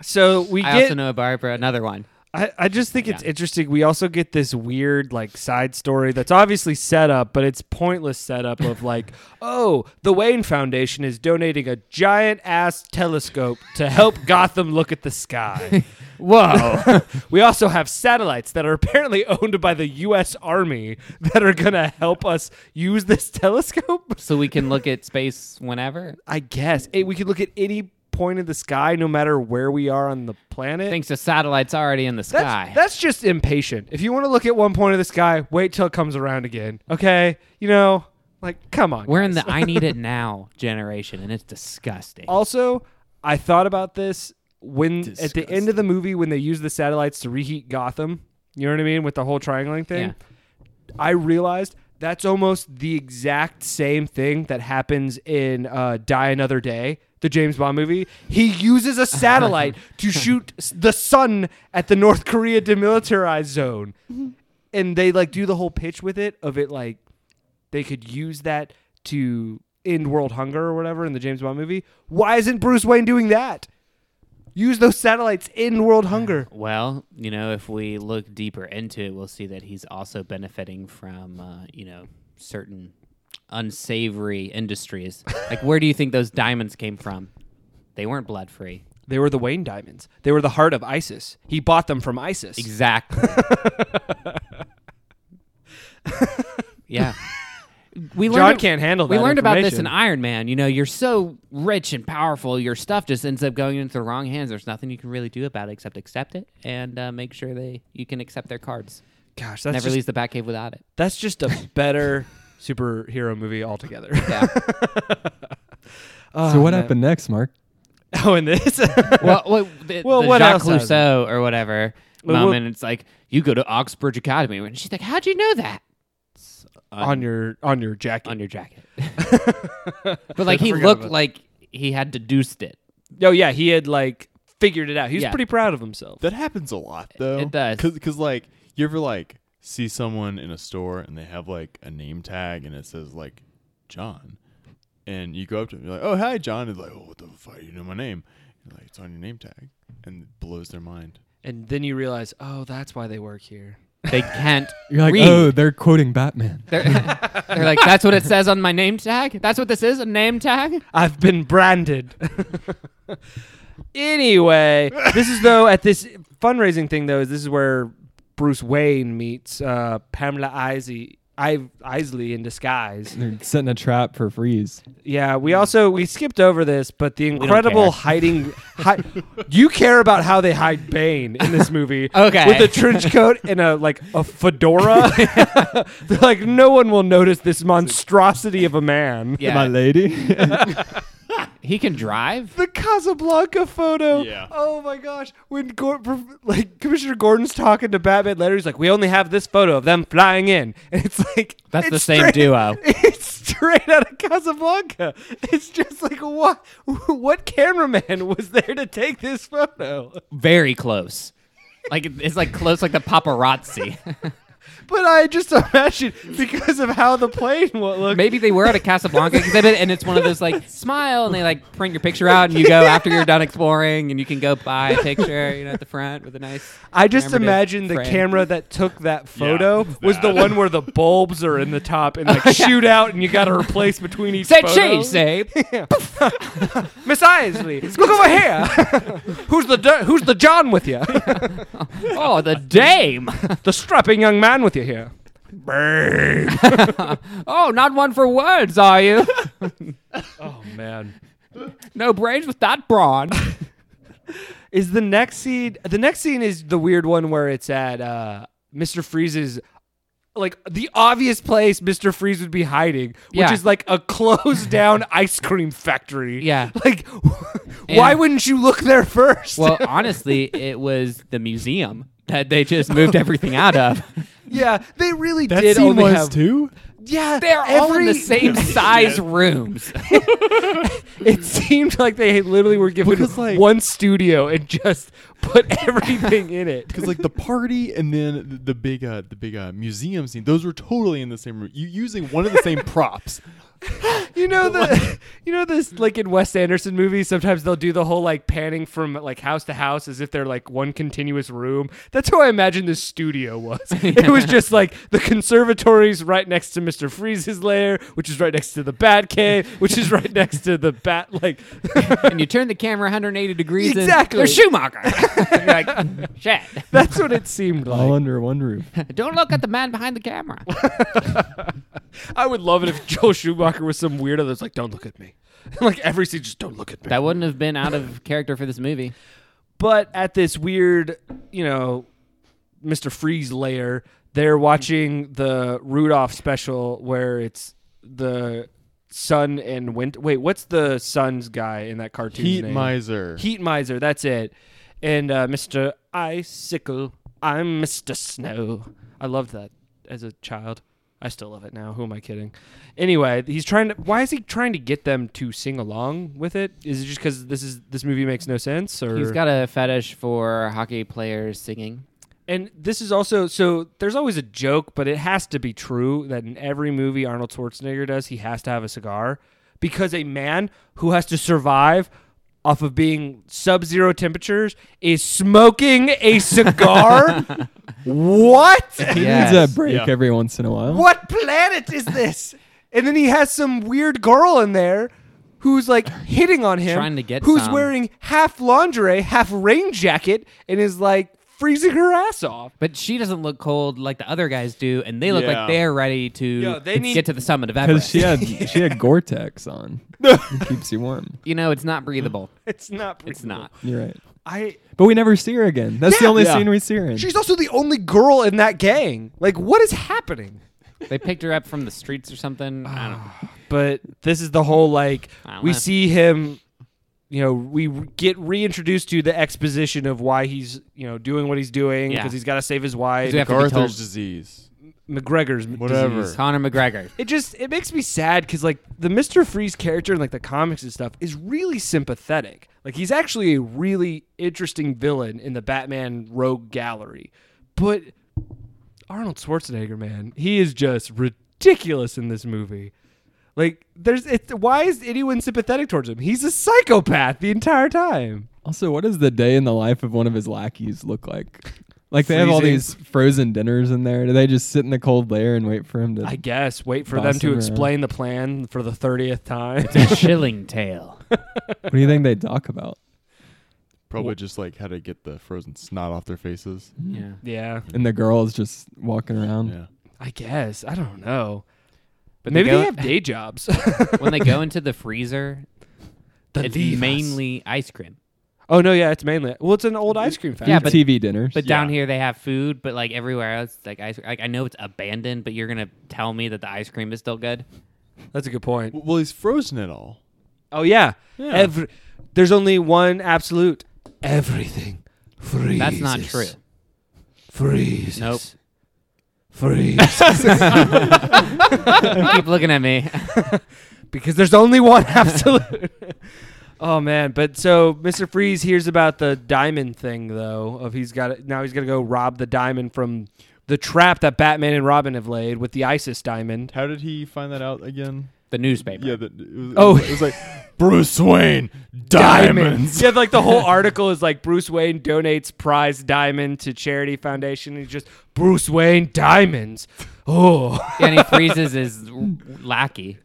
So we I get also know Barbara. Another one. I, I just think it's Yeah. interesting. We also get this weird like side story that's obviously set up, but it's pointless setup of like, oh, the Wayne Foundation is donating a giant ass telescope to help Gotham look at the sky. Whoa. we also have satellites that are apparently owned by the US Army that are gonna help us use this telescope. So we can look at space whenever. I guess. Eh, we could look at any point of the sky no matter where we are on the planet. Thanks to satellites already in the sky. That's, that's just impatient. If you want to look at one point of the sky, wait till it comes around again. Okay? You know, like, come on. We're in guys. the I need it now generation, and it's disgusting. Also, I thought about this when at the end Disgusting. of the movie when they use the satellites to reheat Gotham. You know what I mean with the whole triangling thing. Yeah. I realized that's almost the exact same thing that happens in uh, Die Another Day, the James Bond movie. He uses a satellite to shoot s- the sun at the North Korea demilitarized zone, and they like do the whole pitch with it of it like they could use that to end world hunger or whatever in the James Bond movie. Why isn't Bruce Wayne doing that? Use those satellites in world hunger. Well, you know, if we look deeper into it, we'll see that he's also benefiting from, uh, you know, certain unsavory industries. like, where do you think those diamonds came from? They weren't blood free. They were the Wayne diamonds. They were the heart of ISIS. He bought them from ISIS. Exactly. yeah. We John learned- can't handle that. We learned about this in information. Iron Man. You know, you're so rich and powerful, your stuff just ends up going into the wrong hands. There's nothing you can really do about it except accept it and uh, make sure they you can accept their cards. Gosh, that's Never just, leaves the Batcave without it. that's just a better superhero movie altogether. Yeah. Oh, so what man. happened next, Mark? Oh, in this. well, what, the, Well, the what Jacques else has Rousseau or whatever Well, mom, well- and it's like you go to Oxbridge Academy, and she's like, "How'd you know that?" It's on your on your jacket. on your jacket. but like he forgot looked about- like he had deduced it. oh yeah, he had like figured it out. He was Yeah. pretty proud of himself. That happens a lot though. it does. Because like you ever like see someone in a store and they have like a name tag and it says like John, and you go up to them you're like, oh hi John, and they're like oh what the fuck you know my name, you're like it's on your name tag, and it blows their mind. And then you realize, oh, that's why they work here. They can't You're like, read. oh, they're quoting Batman. They're, they're like, that's what it says on my name tag. That's what this is, a name tag. I've been branded. anyway, this is though at this fundraising thing though. This is where Bruce Wayne meets uh, Pamela Isley, I- Isley in disguise. They're setting a trap for Freeze. Yeah, we also we skipped over this, but the don't incredible care. hiding. Hi, you care about how they hide Bane in this movie? Okay. with a trench coat and a like a fedora. They're like, no one will notice this monstrosity of a man. My Yeah, lady. he can drive. The Casablanca photo. Yeah. Oh my gosh. When Gor- pr- like Commissioner Gordon's talking to Batman later, he's like, "We only have this photo of them flying in," and it's like That's it's the same straight- duo. It's straight out of Casablanca. It's just like what? What cameraman was there to take this photo? Very close. Like it's like close, like the paparazzi. But I just imagine because of how the plane wa- looked. Maybe they were at a Casablanca exhibit, and it's one of those like smile, and they like print your picture out, and you go after you're done exploring, and you can go buy a picture, you know, at the front with a nice. I just commemorative imagine the frame. camera that took that photo was the that. one where the bulbs are in the top and like shoot out, and you got to replace between each. Say photo. cheese, Abe. Miss Isley, look over here. who's the dir- who's the John with you? Oh, the dame. the strapping young man with you here. Brrr. Oh, not one for words, are you? Oh man. No brains with that brawn. Is the next scene the next scene is the weird one where it's at uh Mr. Freeze's like the obvious place Mr. Freeze would be hiding, which Yeah. is like a closed down ice cream factory. Yeah. Like why And- wouldn't you look there first? Well, honestly, it was the museum that they just moved everything out of. yeah, they really did only have too. Yeah, They're all in the every- same size rooms. It seemed like they literally were given Because, like- one studio and just put everything in it. Because like the party and then the, the big uh, the big uh, museum scene, those were totally in the same room. You using one of the same props. You know the, you know this like in Wes Anderson movies. Sometimes they'll do the whole like panning from like house to house as if they're like one continuous room. That's how I imagine this studio was. It was just like the conservatory's right next to Mister Freeze's lair, which is right next to the Bat Cave, which is right next to the Bat. Like, and you turn the camera 180 degrees. and Exactly. they're Schumacher. You're like, shit. that's what it seemed all like. under one roof. Don't look at the man behind the camera. I would love it if Joel Schumacher was some weirdo that's like, "Don't look at me." like every scene, just don't look at me. That wouldn't have been out of character for this movie. but at this weird, you know, Mr. Freeze layer, they're watching the Rudolph special where it's the sun and winter. Wait, what's the sun's guy in that cartoon? Heat name? miser. Heat miser. That's it. And uh, Mr. Icicle, I'm Mr. Snow. I loved that as a child. I still love it now. Who am I kidding? Anyway, he's trying to. Why is he trying to get them to sing along with it? Is it just because this is this movie makes no sense? Or He's got a fetish for hockey players singing. And this is also so there's always a joke, but it has to be true that in every movie Arnold Schwarzenegger does, he has to have a cigar because a man who has to survive off of being sub-zero temperatures is smoking a cigar? what? He Yes. needs a break Yeah. every once in a while. What planet is this? And then he has some weird girl in there who's like hitting on him Trying to get who's some. wearing half lingerie, half rain jacket and is like freezing her ass off. But she doesn't look cold like the other guys do, and they look Yeah. like they're ready to Yo, they need- get to the summit of Because Everest. she had she had Gore-Tex on. it keeps you warm. you know, it's not breathable. It's not It's not. You're right. I But we never see her again. That's Yeah. the only Yeah. scene we see her in. She's also the only girl in that gang. Like, what is happening? They picked her up from the streets or something. I don't know. But this is the whole like I don't we know. see him. You know, we re- get reintroduced to the exposition of why he's you know doing what he's doing Yeah. because he's got to save his wife. We have to be told. Arthur's disease. McGregor's m- Whatever. disease. Conor McGregor. It just it makes me sad because like the Mister Freeze character in like the comics and stuff is really sympathetic. Like he's actually a really interesting villain in the Batman Rogue Gallery, but Arnold Schwarzenegger, man, he is just ridiculous in this movie. Like there's it, why is anyone sympathetic towards him? He's a psychopath the entire time. Also, what does the day in the life of one of his lackeys look like? Like they have all these Freezing. frozen dinners in there. Do they just sit in the cold lair and wait for him to? I guess wait for Boss them to him around. explain the plan for the thirtieth time. Chilling tale. what do you think they talk about? Probably just like how to get the frozen snot off their faces. Yeah. yeah, And the girl is just walking around. Yeah. I guess I don't know. But Maybe go- they have day jobs. when they go into the freezer, The it's Levi's. mainly ice cream. Oh no, yeah, it's mainly. Well, it's an old ice cream factory. Yeah, but- TV dinners. But Yeah. down here they have food, but like everywhere else, like ice. Like I know it's abandoned, but you're gonna tell me that the ice cream is still good. that's a good point. W- Well, he's frozen it all. Oh yeah, every there's only one absolute. Everything freezes. That's not true. Freezes. Nope. Freeze. Keep looking at me. because there's only one absolute. oh man, but so Mr. Freeze hears about the diamond thing though. Of he's got now he's gonna go rob the diamond from the trap that Batman and Robin have laid with the ISIS diamond. How did he find that out again? The newspaper. Yeah, the, it was, Oh. it was like Bruce Wayne diamonds. Yeah, like the whole article is like Bruce Wayne donates prize diamond to charity foundation. He's just Bruce Wayne diamonds. Oh, Yeah, and he freezes his lackey.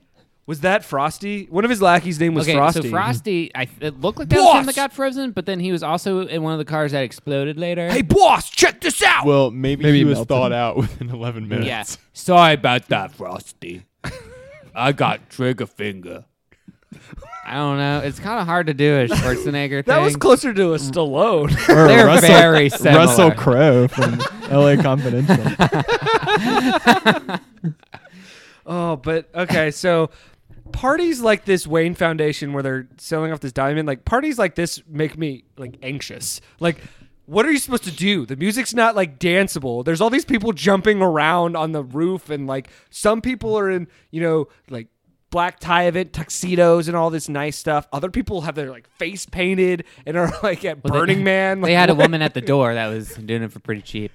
was that Frosty? One of his lackeys' name was okay, Frosty. so Frosty, I, it looked like that was him Boss! that got frozen, but then he was also in one of the cars that exploded later. hey boss, check this out. Well, maybe, Maybe he he was melted. thawed out within 11 minutes. yeah. Sorry about that, Frosty. I got trigger finger. I don't know. It's kind of hard to do a Schwarzenegger thing. that was closer to a Stallone. Or They're Russell, very similar. Russell Crowe from L.A. Confidential. Oh, but okay, so parties like this Wayne Foundation where they're selling off this diamond, like parties like this make me like anxious. Like what are you supposed to do? The music's not like danceable. There's all these people jumping around on the roof and like some people are in, you know, like black tie event tuxedos and all this nice stuff. Other people have their like face painted and are like at they- Burning Man. They Like, had a what- woman at the door that was doing it for pretty cheap.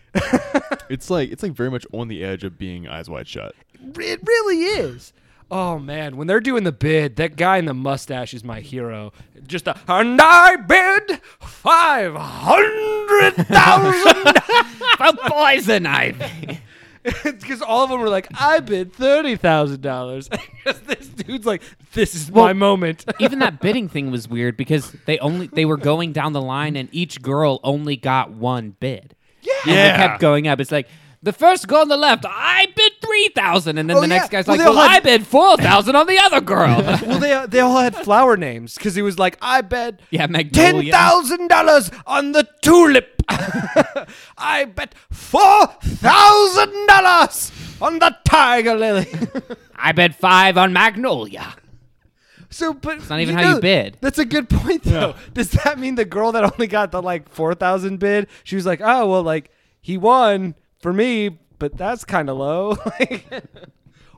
It's like it's like very much on the edge of being eyes wide shut. It really is. Oh man, when they're doing the bid, that guy in the mustache is my hero. Just a and I bid five hundred thousand a poison ivy. because all of them were like, I bid thirty thousand dollars. This dude's like, this is my Well- moment. Even that bidding thing was weird because they only they were going down the line and each girl only got one bid. Yeah, and Yeah. They kept going up. It's like the first girl on the left, I bid three thousand, and then Oh, the next yeah. guy's Well, like, they all "Well, I had- bid four thousand on the other girl." well, they they all had flower names because he was like, I bet Yeah, ten Magnolia. thousand dollars on the tulip. I bet four thousand dollars on the tiger lily. I bid five on Magnolia. so, but it's not even how you bid. That's a good point, though. Does that mean the girl that only got the like four thousand bid? She was like, oh well, like he won for me, but that's kind of low. Like,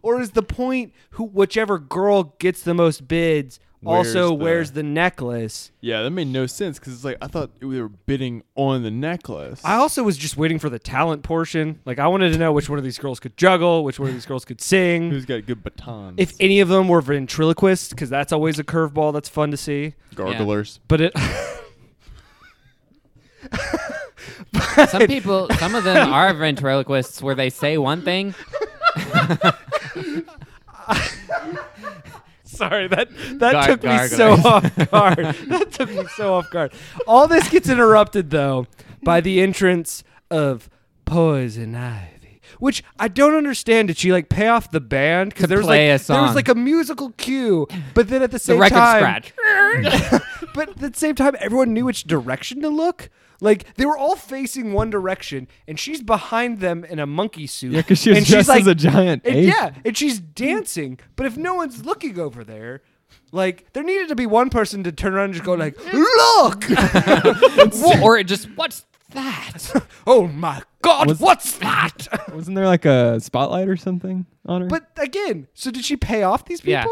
or is the point who whichever girl gets the most bids also Wears the- wears the necklace? Yeah, that made no sense because it's like I thought we were bidding on the necklace. I also was just waiting for the talent portion. Like I wanted to know which one of these girls could juggle, which one of these girls could sing, Who's got good batons? if any of them were ventriloquists, because that's always a curveball that's fun to see. garglers. But it, Some people, some of them are ventriloquists where they say one thing. sorry that that Gar- took me gargling. so off guard. That took me so off guard. All this gets interrupted though by the entrance of Poison Ivy, which I don't understand. Did she like pay off the band? Because there was play a like there was song. like a musical cue, but then at the The same record time, scratch. but at the same time, everyone knew which direction to look. Like they were all facing one direction, and she's behind them in a monkey suit. Yeah, 'cause she was and dressed as a giant and ape. Yeah, and she's dancing. But if no one's looking over there, like there needed to be one person to turn around and just go like, "Look! Wha- or it just what's that? oh my God, Was- what's that?" Wasn't there like a spotlight or something on her? but again, so did she pay off these people? Yeah.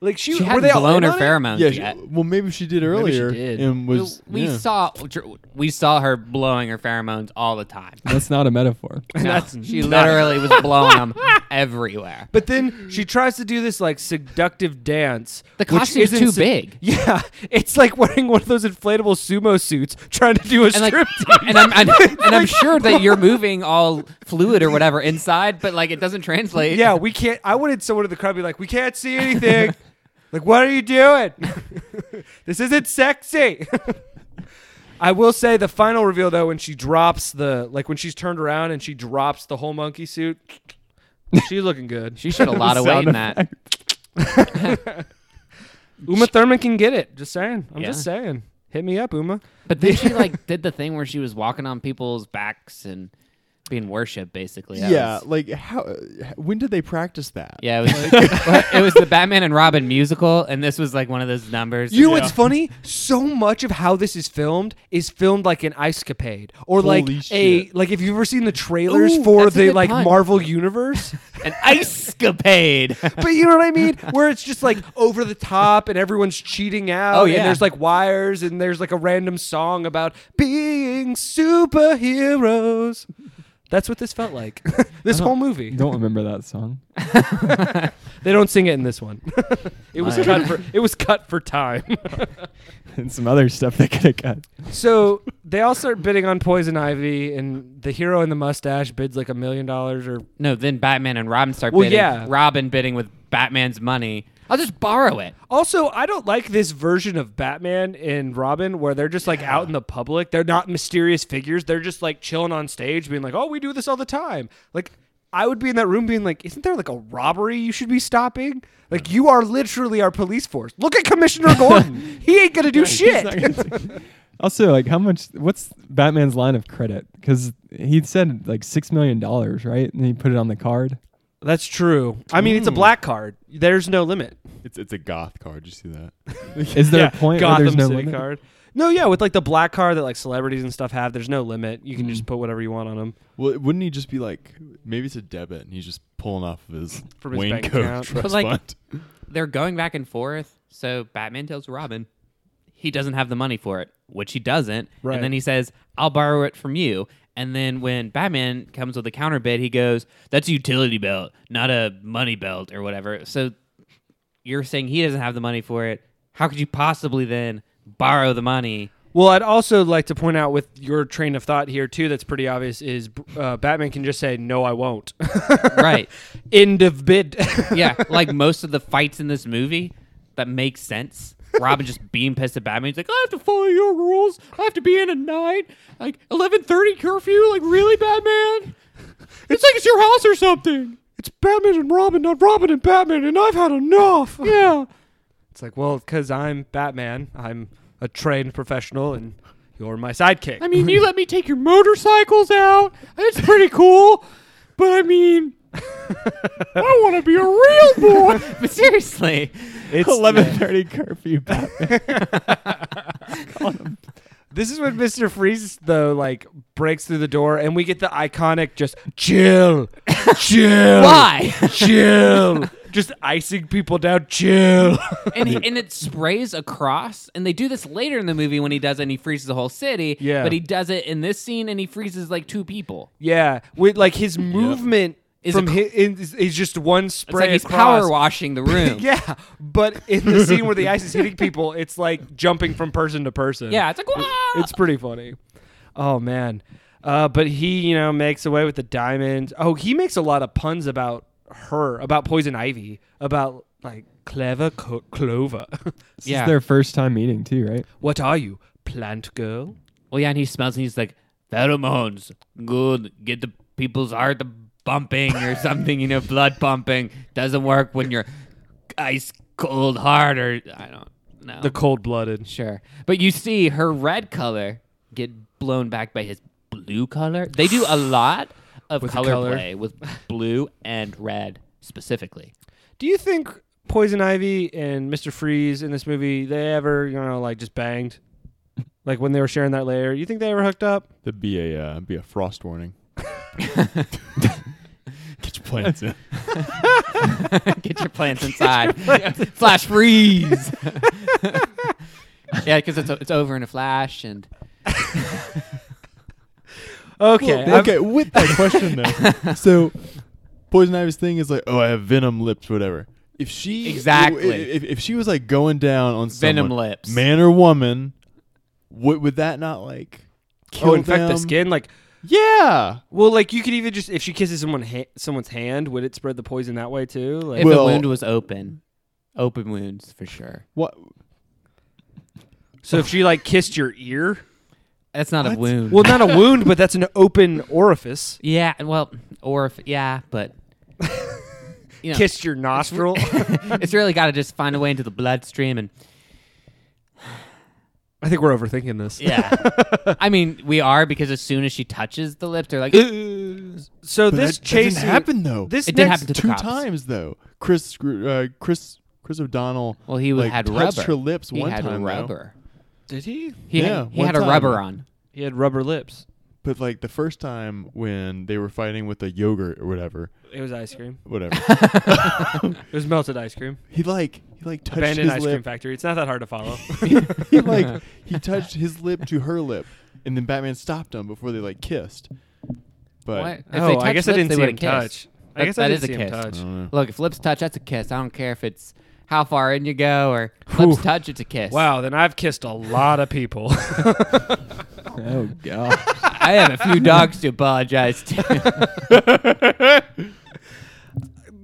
Like she, She were hadn't they all blown in her on it? pheromones Yeah, she- yet. well, maybe she did she earlier did. and was. we yeah. saw we saw her blowing her pheromones all the time. that's not a metaphor. No, That's she literally was blowing them everywhere. But then she tries to do this like seductive dance. The which costume's isn't too big. Yeah, it's like wearing one of those inflatable sumo suits trying to do a And like, strip. and I'm, I'm- and I'm sure that you're moving all fluid or whatever inside, but like it doesn't translate. yeah, we can't. I wanted someone in the crowd to be like, "We can't see anything." like, what are you doing? this isn't sexy. I will say the final reveal though, when she drops the like when she's turned around and she drops the whole monkey suit, she's looking good. she should a lot of weight in that. Uma Thurman can get it. Just saying. I'm Yeah. just saying. Hit me up, Uma. But then she like did the thing where she was walking on people's backs and being worshipped, basically. That Yeah, was- like how? When did they practice that? yeah, it was, it was the Batman and Robin musical, and this was like one of those numbers. You know what's funny? So much of how this is filmed is filmed like an escapade, or like Holy a shit. like if you've ever seen the trailers Ooh, for that's a the good like pun. Marvel universe. An escapade. but you know what I mean? Where it's just like over the top and everyone's cheating out. Oh, And yeah. there's like wires and there's like a random song about being superheroes. That's what this felt like. this Uh-huh. whole movie. Don't remember that song. They don't sing it in this one. it was Liar. cut for it was cut for time. and some other stuff they could have cut. So they all start bidding on poison ivy, and the hero in the mustache bids like a million dollars or No, then Batman and Robin start Well, bidding. yeah. Robin bidding with Batman's money. I'll just borrow it. Also, I don't like this version of Batman and Robin where they're just like out in the public. They're not mysterious figures. They're just like chilling on stage being like, "Oh, we do this all the time." Like I would be in that room being like, "Isn't there like a robbery you should be stopping?" Like you are literally our police force. Look at Commissioner Gordon. he ain't going to do shit. Also, like, how much? What's Batman's line of credit? Because he said like six million dollars, right? And he put it on the card. That's true. I mean, Hmm. it's a black card. There's no limit. It's it's a goth card. You see that? Is there a point Gotham where there's no City limit? card. No, yeah, with like the black card that like celebrities and stuff have, there's no limit. You can Hmm. just put whatever you want on them. Well, wouldn't he just be like, maybe it's a debit, and he's just pulling off of his From his bank Wainco account. trust But, like, fund. They're going back and forth. So Batman tells Robin he doesn't have the money for it, which he doesn't. Right. And then he says, I'll borrow it from you. And then when Batman comes with a counter bid, he goes, "That's a utility belt, not a money belt or whatever." So you're saying he doesn't have the money for it. How could you possibly then borrow the money? Well, I'd also like to point out with your train of thought here too. That's pretty obvious. Is uh, Batman can just say no, I won't. Right. End of bid. yeah, like most of the fights in this movie that make sense. Robin just being pissed at Batman. He's like, I have to follow your rules. I have to be in at night, like eleven thirty curfew. Like really, Batman? It's like it's your house or something. it's Batman and Robin, not Robin and Batman, and I've had enough. Yeah. It's like, well, because I'm Batman, I'm a trained professional, and you're my sidekick. I mean, you let me take your motorcycles out. It's pretty cool. But I mean, I want to be a real boy. but seriously, it's Eleven thirty curfew. Batman. This is when Mister Freeze though, like breaks through the door, and we get the iconic just chill, chill, why? um, chill, just icing people down, chill. and, he, and it sprays across. And they do this later in the movie when he does it and he freezes the whole city. Yeah. But he does it in this scene and he freezes like two people. yeah, with like his movement Is from a- his, is, is just one It's spray like he's across. power washing the room. yeah, but in the scene where the ice is hitting people, it's like jumping from person to person. Yeah, it's like, wow. it's pretty funny. Oh man, uh, but he you know makes away with the diamond. Oh, he makes a lot of puns about her, about poison ivy, about like clever co- clover. This Yeah. is their first time meeting too, right? what are you, plant girl? well, yeah. And he smells and he's like, pheromones. Good. Get the people's heart bumping or something, you know, blood pumping. Doesn't work when you're ice cold hard or I don't know. The cold blooded. Sure. But you see her red color get blown back by his blue color. They do a lot of With the color, color. play with blue and red specifically. Do you think poison ivy and Mister Freeze in this movie they ever you know like just banged? Like when they were sharing that layer, you think they ever hooked up? That'd be a uh, be a frost warning. Get your plants in. Get your plants inside. flash freeze. yeah, because it's, it's over in a flash and Okay, I've- okay, with that question though. so, Poison Ivy's thing is like, oh, I have venom lips, whatever. If she Exactly. if, if she was like going down on Venom someone, lips. man or woman, would would that not like kill oh, infect the them? skin. Like Yeah, Well, like you could even just if she kisses someone ha- someone's hand, would it spread the poison that way too? Like if Well- the wound was open. Open wounds for sure. what so if she like kissed your ear, That's not a wound. well, not a wound, but that's an open orifice. yeah, well, or if, yeah, but you know, Kissed your nostril. it's really got to just find a way into the bloodstream and I think we're overthinking this. Yeah. I mean, we are because as soon as she touches the lips, they're like, So But this that, chase that didn't happen though. This It did next- happen to the two cops. times though. Chris uh, Chris Chris O'Donnell. well, he like, had touched rubber. her lips he one had time though. rubber. Did he? He Yeah, had, he one had a time. rubber on. He had rubber lips. But like the first time when they were fighting with the yogurt or whatever, It was ice cream. whatever. It was melted ice cream. He like he like touched Abandoned his ice cream lip. factory. It's not that hard to follow. he like he touched his lip to her lip, and then Batman stopped him before they like kissed. But What? If they oh, I touched guess I lips, didn't they see would've him kissed. touch. I That- guess that I is didn't a see kiss. him touch. Look, if lips touch, that's a kiss. I don't care if it's how far in you go or Whew. lips touch, it's a kiss. Wow, then I've kissed a lot of people. Oh god. I have a few dogs to apologize to.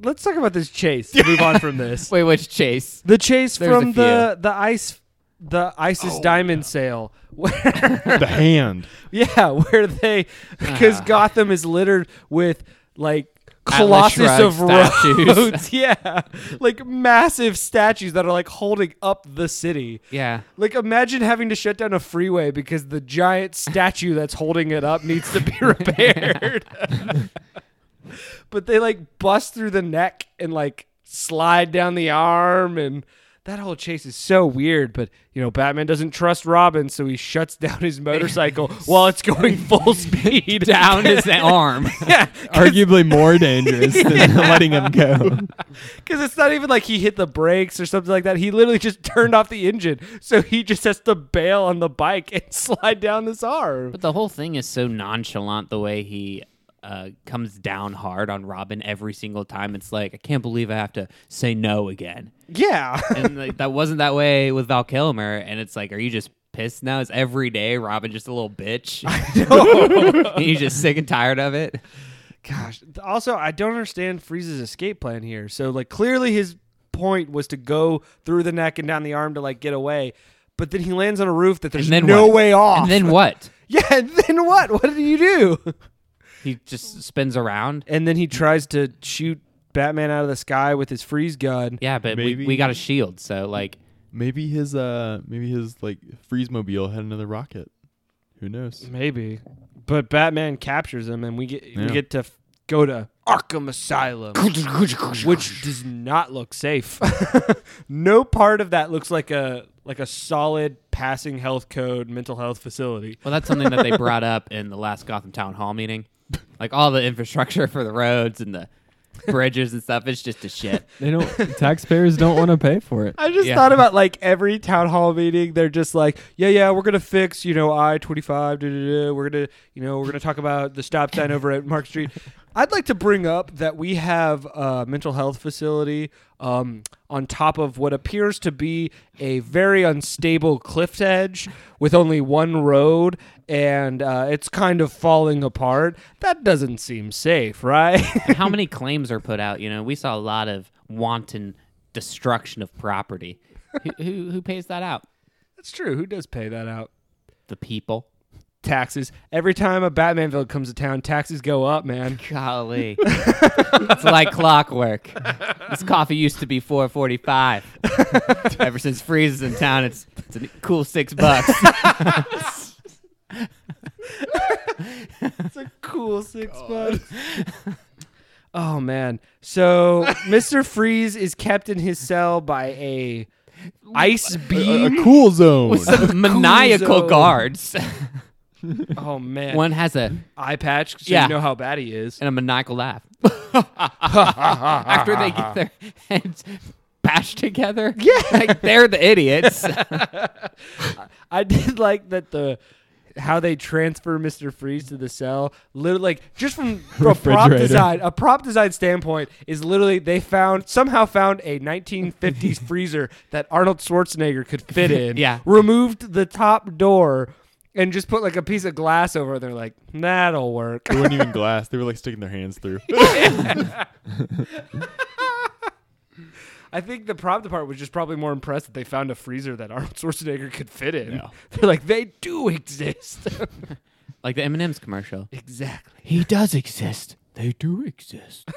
Let's talk about this chase. Move on from this. Wait, which chase? The chase There's a from the the ice the ISIS diamond sale. Where, the hand. yeah, where they because Ah. Gotham is littered with like Atlas colossus of Shrugged statues. roads. yeah. Like massive statues that are like holding up the city. Yeah. Like imagine having to shut down a freeway because the giant statue that's holding it up needs to be repaired. but they like bust through the neck and like slide down the arm and that whole chase is so weird, but you know, Batman doesn't trust Robin, so he shuts down his motorcycle while it's going full speed down his arm. Yeah, Arguably more dangerous than letting him go. because it's not even like he hit the brakes or something like that. He literally just turned off the engine, so he just has to bail on the bike and slide down this arm. But the whole thing is so nonchalant the way he uh, comes down hard on Robin every single time. It's like I can't believe I have to say no again. Yeah, And like that wasn't that way with Val Kilmer. And it's like, are you just pissed now? Is every day Robin just a little bitch? and you're just sick and tired of it. gosh. Also, I don't understand Frieza's escape plan here. So, like, clearly his point was to go through the neck and down the arm to like get away, but then he lands on a roof that there's And then no what? way off. And then what? yeah, and then what? What do you do? He just spins around. And then he tries to shoot Batman out of the sky with his freeze gun. Yeah, but we, Maybe- we got a shield, so like Maybe his uh maybe his like freeze mobile had another rocket. Who knows? Maybe, but Batman captures him, and we get we Yeah. get to f- go to Arkham Asylum, which does not look safe. no part of that looks like a like a solid passing health code mental health facility. Well, that's something that they brought up in the last Gotham Town Hall meeting. Like all the infrastructure for the roads and the bridges and stuff, it's just a shit. They don't. Taxpayers don't want to pay for it. I just Yeah. thought about like every town hall meeting, they're just like, yeah, yeah, we're gonna fix, you know, I twenty five, we're gonna, you know, we're gonna talk about the stop sign over at Mark Street. I'd like to bring up that we have a mental health facility um, on top of what appears to be a very unstable cliff edge with only one road, and uh, it's kind of falling apart. That doesn't seem safe, right? And How many claims are put out? You know, we saw a lot of wanton destruction of property. Who, who, who pays that out? That's true. Who does pay that out? The people. taxes. Every time a Batman villain comes to town, taxes go up, man. Golly, it's like clockwork. This coffee used to be four forty-five. Ever since Freeze is in town, it's it's a cool six bucks. It's a cool six bucks. oh man. So Mr. Freeze is kept in his cell by a ice A beam. cool zone. With some maniacal zone. guards. Oh man. One has a eye patch so Yeah. you know how bad he is. and a maniacal laugh after they get their heads bashed together. Yeah, like they're the idiots. I did like that the how they transfer Mr. Freeze to the cell. Literally, like just from a prop Refrigerator. design, a prop design standpoint is literally they found somehow found a 1950s freezer that Arnold Schwarzenegger could fit in. Yeah. removed the top door and just put like a piece of glass over. it. They're like, that'll work. they weren't even glass. They were like sticking their hands through. I think the prop department was just probably more impressed that they found a freezer that Arnold Schwarzenegger could fit in. They're like, they do exist. like the M and M's commercial. exactly. He does exist. They do exist.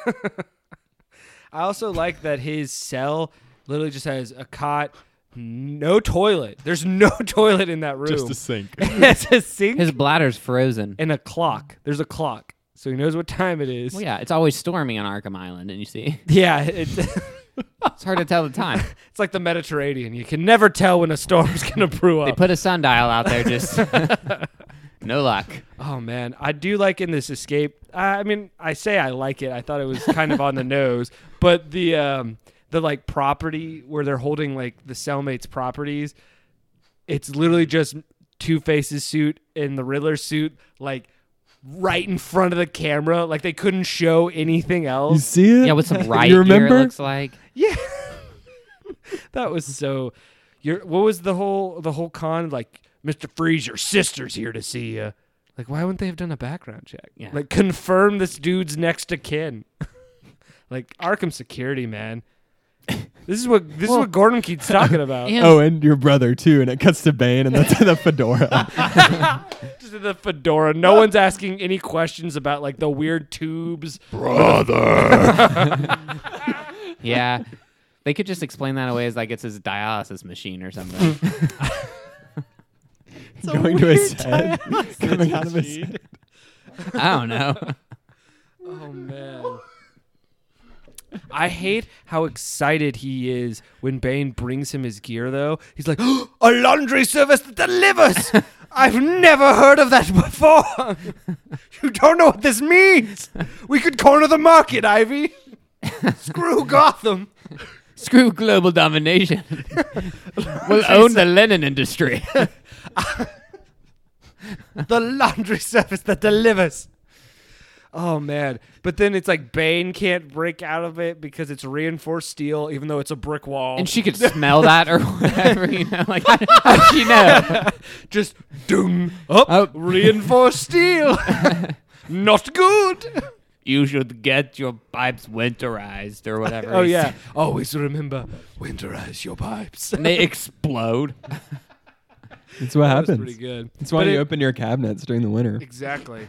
I also like that his cell literally just has a cot, no toilet. There's no toilet in that room. Just a sink. it's a sink His bladder's frozen. and a clock. There's a clock, so he knows what time it is. Well, yeah, it's always stormy on Arkham Island, and you see, yeah, it's, it's it's hard to tell the time. like the Mediterranean. You can never tell when a storm's gonna brew They up. put a sundial out there, just no luck. oh man, I do like in this escape. I I mean, I say I like it. I thought it was kind of on the nose, but the um, the like property where they're holding like the cellmates' properties. it's literally just Two Face's suit and the Riddler suit, like right in front of the camera. Like they couldn't show anything You else. see it? Yeah, with some right You here, it remember? looks like. Yeah, that was so. Your what was the whole the whole con like? Mister Freeze, your sister's here to see you. Like, why wouldn't they have done a background check? Yeah. Like, confirm this dude's next to kin. like Arkham security, man. This is what this is what Gordon keeps talking about. And Oh, and your brother too, and it cuts to Bane and the, the fedora. Just in the fedora. No one's asking any questions about like the weird tubes. Oh yeah, they could just explain that away as like it's his dialysis machine or something. going to his head, coming out of his head. I don't know. Oh man. I hate how excited he is when Bane brings him his gear, though. He's like, "Oh, a laundry service that delivers! I've never heard of that before! you don't know what this means! We could corner the market, Ivy! Screw Gotham! Screw global domination. we'll own the linen industry. the laundry service that delivers. Oh man! But then it's like Bane can't break out of it because it's reinforced steel, even though it's a brick wall. and she could smell that or whatever, you know. Like, how, how'd she know? just doom up Oh. reinforced steel. Not good. You should get your pipes winterized or whatever. Oh he yeah. said. Always remember, winterize your pipes. And they explode. That's what That was happens. pretty good. That's why But you it- open your cabinets during the winter. Exactly.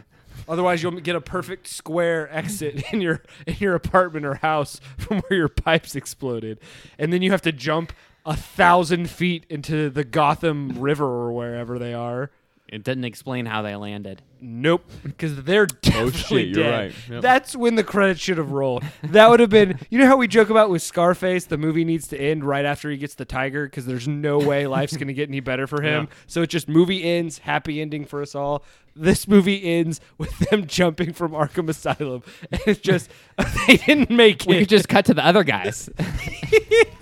Otherwise, you'll get a perfect square exit in your in your apartment or house from where your pipes exploded, and then you have to jump a thousand feet into the Gotham River or wherever they are. It doesn't explain how they landed. Nope, because they're definitely Oh, you're dead. right. Yep. That's when the credits should have rolled. That would have been. You know how we joke about with Scarface, the movie needs to end right after he gets the tiger because there's no way life's going to get any better for him. Yeah. So it just movie ends, happy ending for us all. This movie ends with them jumping from Arkham Asylum, and it's just they didn't make We it. could just cut to the other guys.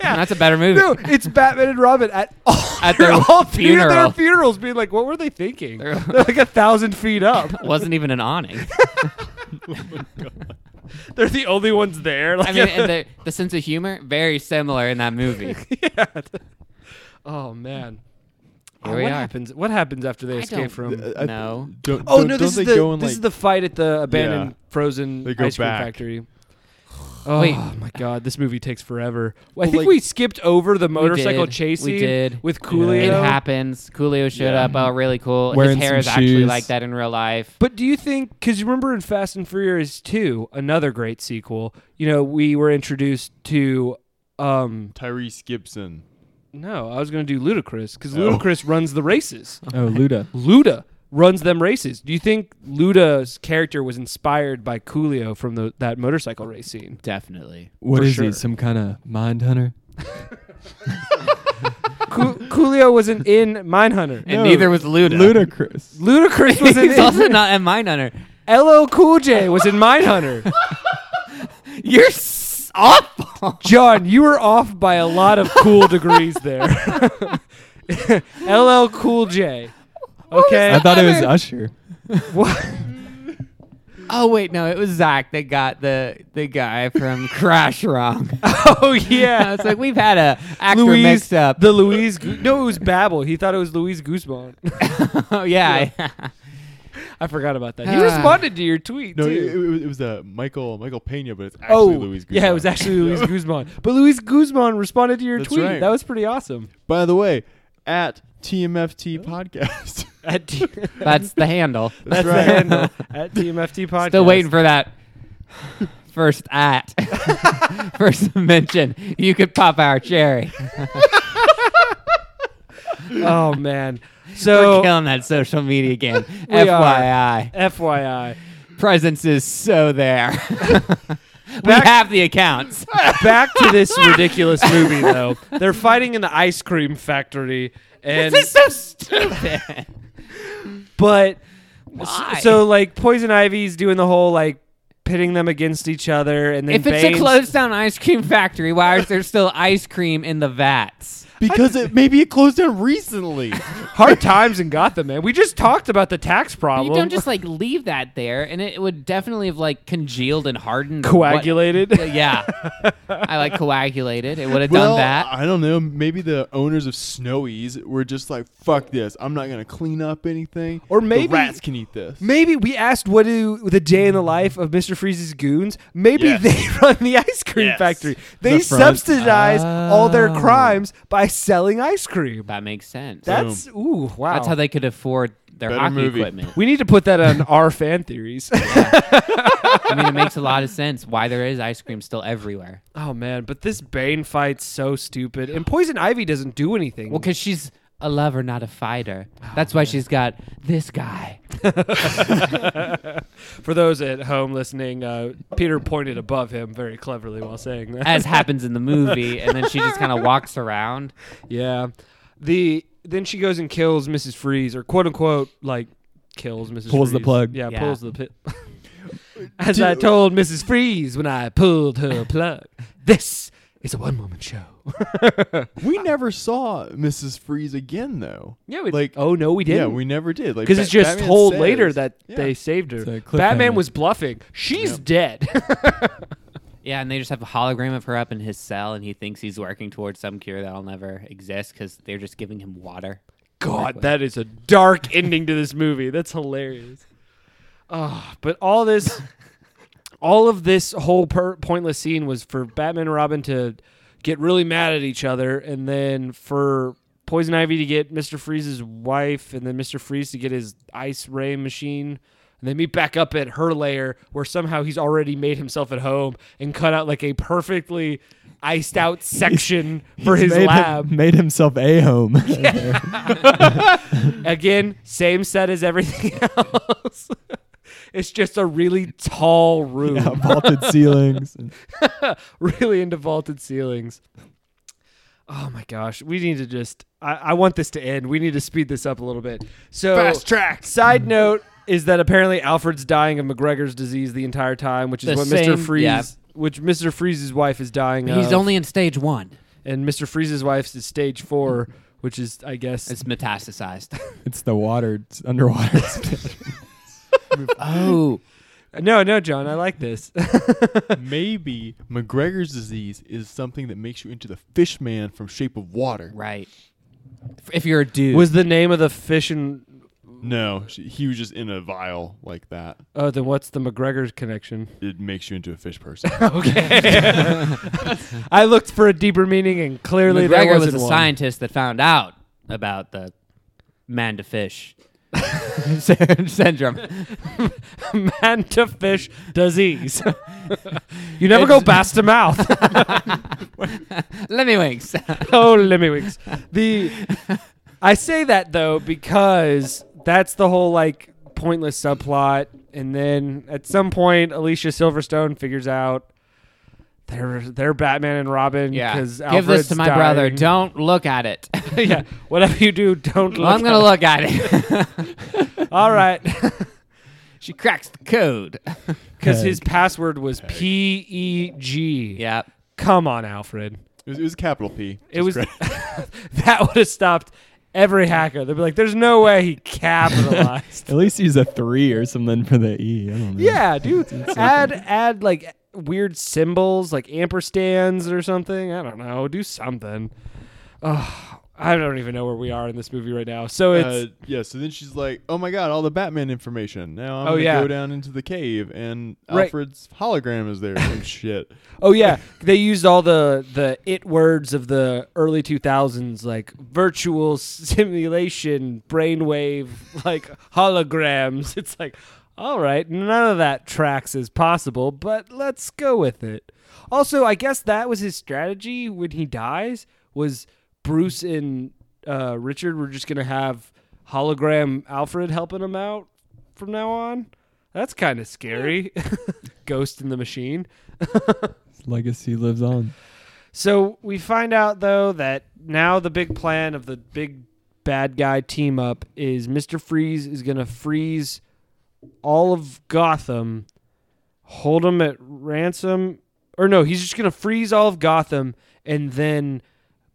That's a better movie. no, it's Batman and Robin at all At their their all three of their funeral. funerals, being like, "What were they thinking?" They're- They're like a thousand feet up. Wasn't even an awning. They're the only ones there. Like, I mean, and the, the sense of humor, very similar in that movie. Oh man. Here Oh, we what are. happens? What happens after they I escape don't- from? Uh, I- No. Don't, oh don't- no! don't This is they the go in, this like- is the fight at the abandoned Yeah. frozen They ice go cream back. factory. Wait. oh my god! This movie takes forever. Well, I Well, think like- we skipped over the motorcycle did. chase We scene did. with It Coolio. happens. Coolio showed Yeah. up. Oh, really cool. Wearing His hair some is actually shoes. like that in real life. But do you think? Because you remember in Fast and Furious Two, another great sequel. You know, we were introduced to. Um, Tyrese Gibson. no, I was going to do Ludacris because Oh. Ludacris runs the races. Oh, Luda. Luda runs them races. Do you think Luda's character was inspired by Coolio from the, that motorcycle race scene? Definitely. What For is sure. he? Some kind of mind hunter? Coo- Coolio wasn't in Mindhunter. And neither was Luda. Ludicrous. Ludacris was in. He's also not a Mindhunter. LL Cool J was in Mindhunter. You're s- awful. John, you were off by a lot of cool degrees there. LL Cool J. Okay. I thought it was Usher. What? Oh wait, no, it was Zach that got the the guy from Crash wrong. Oh I yeah. was like, we've had a actor Louise, mixed up. the Louise. Gu- no, it was Babel. He thought it was Louise Guzman. oh yeah, yeah. I forgot about that. He Ah. responded to your tweet No, too. it, it, was- it was uh, Michael Michael Pena, but it's actually Oh, Luis Guzman. yeah, it was actually Luis Guzman. But Luis Guzman responded to your That's tweet. right. That was pretty awesome. By the way, at TMFT podcast. At T- that's that's the handle. the handle at TMFT podcast. Still waiting for that first at first mention. You could pop our cherry. Oh man. We're So killing that social media game. We are. FYI, FYI, presence is so there. we Back- have the accounts. back to this ridiculous movie though. They're fighting in the ice cream factory, and this is so stupid. but Why? so like Poison Ivy's doing the whole like pitting them against each other, and then if it's a Bane's- closed down ice cream factory, why is there still ice cream in the vats? because it maybe it closed down recently. hard times in Gotham, man. We just talked about the tax problem. You don't just like leave that there, and it would definitely have like congealed and hardened. or what- coagulated. yeah, I like coagulated. It would have well, done that. I don't know. Maybe the owners of Snowies were just like, "Fuck this! I'm not gonna clean up anything." Or The maybe- rats can eat this. Maybe we asked what do the day in the life of Mr. Freeze's goons. Maybe Yes. they run the ice cream Yes. factory. They The front- subsidize all their Oh. crimes by selling ice cream. that makes sense. That's ooh wow. That's how they could afford their Better hockey movie. equipment. we need to put that on our fan theories. I mean, it makes a lot of sense why there is ice cream still everywhere. oh man, but this Bane fight's so stupid, and Poison Ivy doesn't do anything. Oh, Well, because she's a lover, not a fighter. That's why she's got this guy. For those at home listening, uh, Peter pointed above him very cleverly while saying that. as happens in the movie, and then she just kind of walks around. Yeah. The then she goes and kills Mrs. Freeze, or quote unquote, like kills Mrs. Pulls the Freeze. plug. Yeah, Yeah. pulls the pit. As I told Mrs. Freeze when I pulled her plug, this is a one-woman show. We never saw Mrs. Freeze again, though. Yeah, we Like- oh no, we Yeah, didn't. we never did. Like because Ba- it's just Batman told says- later that Yeah. they saved her. It's a Batman cliffhanger. was bluffing. She's dead. Yeah, and they just have a hologram of her up in his cell, and he thinks he's working towards some cure that'll never exist because they're just giving him water. God, that is a dark ending to this movie. That's hilarious. Ah, but all this, all of this whole per- pointless scene was for Batman and Robin to get really mad at each other, and then for Poison Ivy to get Mister Freeze's wife, and then Mister Freeze to get his ice ray machine. And they meet back up at her lair, where somehow he's already made himself at home and cut out like a perfectly iced out section for He's his made him- lab. made himself a home. Again, same set as everything else. it's just a really tall room. Yeah, vaulted ceilings. really into vaulted ceilings. Oh my gosh. We need to just I, I want this to end. We need to speed this up a little bit. So Fast track. Side note is that apparently Alfred's dying of McGregor's disease the entire time, which is The what same- Mr. Freeze yeah. which Mr. Freeze's wife is dying He's of. only in stage one. and Mr. Freeze's wife's is stage four, which is I guess It's metastasized. It's the water, it's underwater. oh, No, no, John, I like this. Maybe McGregor's disease is something that makes you into the fish man from Shape of Water. right. F- If you're a dude, Was the name of the fish and No, she, he was just in a vial like that. Oh, then what's the McGregor's connection? It makes you into a fish person. Okay. I looked for a deeper meaning, and clearly there McGregor was wasn't a one. scientist that found out about the man to fish syndrome. Man to fish disease. you never go bass to mouth. Lemmy winks. oh, lemmywinks. The I say that though because that's the whole like pointless subplot, and then at some point Alicia Silverstone figures out they're they're Batman and Robin. Yeah. because Give this to my brother. dying. Don't look at it. yeah, whatever you do, don't. Well, I'm look gonna up. look at it. All right, she cracks the code. because his password was P E G. yeah. Come on, Alfred. It was, it was capital P. It was Just gra- that would have stopped every hacker. They'd be like, "There's no way he capitalized." At least he's a three or something for the E. I don't know. yeah, dude. add add like weird symbols, like ampersands or something. I don't know. Do something. Ugh, I don't even know where we are in this movie right now. So it's. Uh, yeah, so then she's like, "Oh my god, all the Batman information! Now I'm Oh, gonna yeah. go down into the cave, and Right. Alfred's hologram is there. and shit, Oh yeah, they used all the the it words of the early 2000s like virtual simulation, brainwave, like holograms. It's like, all right, none of that tracks as possible, but let's go with it. Also, I guess that was his strategy when he dies was Bruce and uh, Richard were just going to have hologram Alfred helping him out from now on. That's kind of scary. Ghost in the machine. His legacy lives on. So we find out though that now the big plan of the big bad guy team up is Mr. Freeze is going to freeze all of Gotham, hold him at ransom or no, he's just going to freeze all of Gotham and then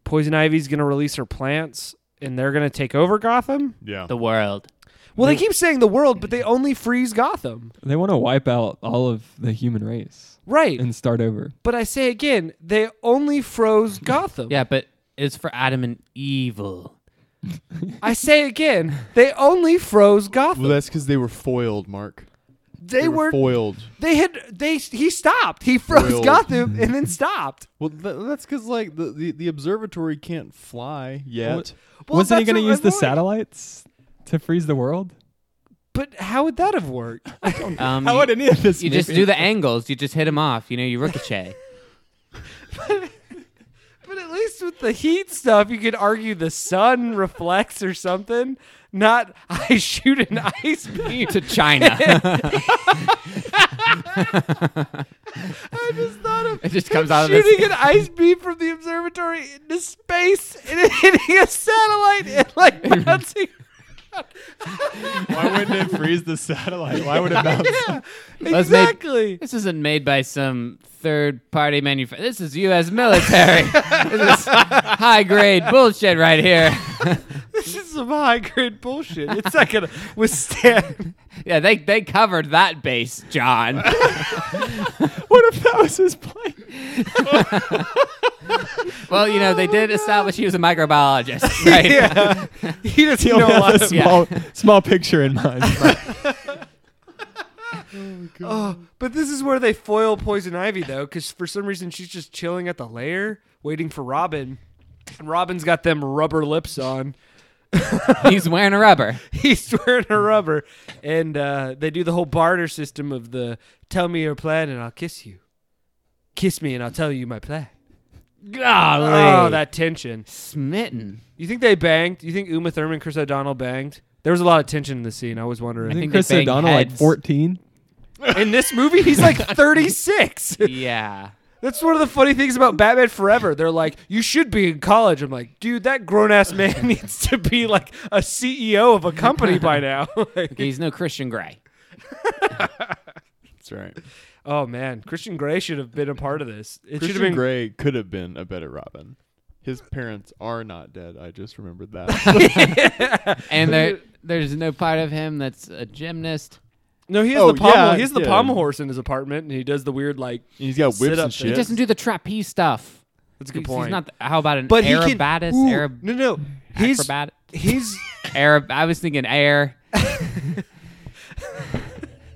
Poison Ivy's going to release her plants and they're going to take over Gotham? yeah, The world. Well, they keep saying the world, but they only freeze Gotham. They want to wipe out all of the human race Right. and start over. but I say again, they only froze Gotham. Yeah, but it's for Adam and Evil. I say again, they only froze Gotham. well, that's because they were foiled, Mark. they, were, foiled. they had they he stopped. He froze Foiled. Gotham and then stopped. Well, th- that's because like the, the the observatory can't fly yet. What- Well, Wasn't he that's going to what use I'm the like. satellites to freeze the world? But how would that have worked? Um, How you, would any of this you just do the angles. You just hit him off. You know, you ricochet. But at least with the heat stuff, you could argue the sun reflects or something. Not I shoot an ice beam. to China. I just thought of It just comes him out of this- shooting an ice beam from the observatory into space and it hitting a satellite and like bouncing. Why wouldn't it freeze the satellite? Why would it bounce? yeah, Let's make- exactly. this isn't made by some third party manufacturer. This is U.S. military. this is high grade bullshit right here. This is some high grade bullshit. It's not gonna withstand. Yeah, they they covered that base, John. What if that was his plane? Well, you know, they did establish he was a microbiologist, right? Oh Yeah, he doesn't He know a only lot. has a Of, yeah. small, small picture in mind. oh, but this is where they foil Poison Ivy though, because for some reason she's just chilling at the lair, waiting for Robin. And Robin's got them rubber lips on. He's wearing a rubber. he's wearing a rubber, and uh, they do the whole barter system of the tell me your plan and I'll kiss you, kiss me and I'll tell you my plan. Golly. Oh, that tension! smitten. You think they banged? You think Uma Thurman, and Chris O'Donnell banged? There was a lot of tension in the scene. I was I wondering. think they Chris banged O'Donnell like heads. 14. In this movie, he's like 36. Yeah. That's one of the funny things about Batman Forever. They're like, you should be in college. I'm like, dude, that grown ass man needs to be like a CEO of a company by now. Like- He's no Christian Grey. That's right. oh man, Christian Grey should have been a part of this. It should have Christian been Grey could have been a better Robin. His parents are not dead. I just remembered that. And there there's no part of him that's a gymnast. No, he has Oh, the pommel. yeah, he has the yeah. pommel horse in his apartment, and he does the weird like. he's got Sit whips up and there. shit. He doesn't do the trapeze stuff. That's a good he's, point. He's not how about an but he aerobatis? can. Ooh, Arab, no, no, he's acrobat, he's Arab. I was thinking air.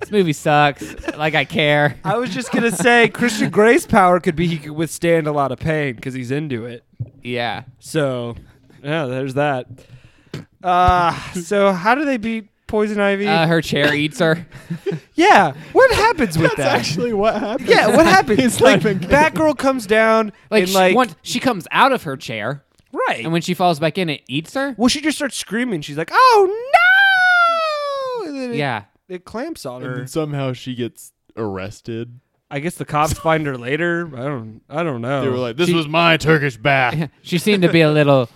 this movie sucks. Like I care. I was just gonna say Christian Gray's power could be he could withstand a lot of pain because he's into it. Yeah. So, yeah, there's that. Uh so how do they beat Poison Ivy? Uh, her chair eats her. yeah, what happens with That's that? actually what happened. yeah, what happens? It's like like- Batgirl comes down Like, and she, like once she comes out of her chair, right, and when she falls back in, it eats her. well, she just starts screaming. She's like, "Oh no!" And then it- Yeah. it clamps on And her. then somehow she gets arrested. I guess the cops find her later. I don't. I don't know. They were like, "This She- was my Turkish bath." She seemed to be a little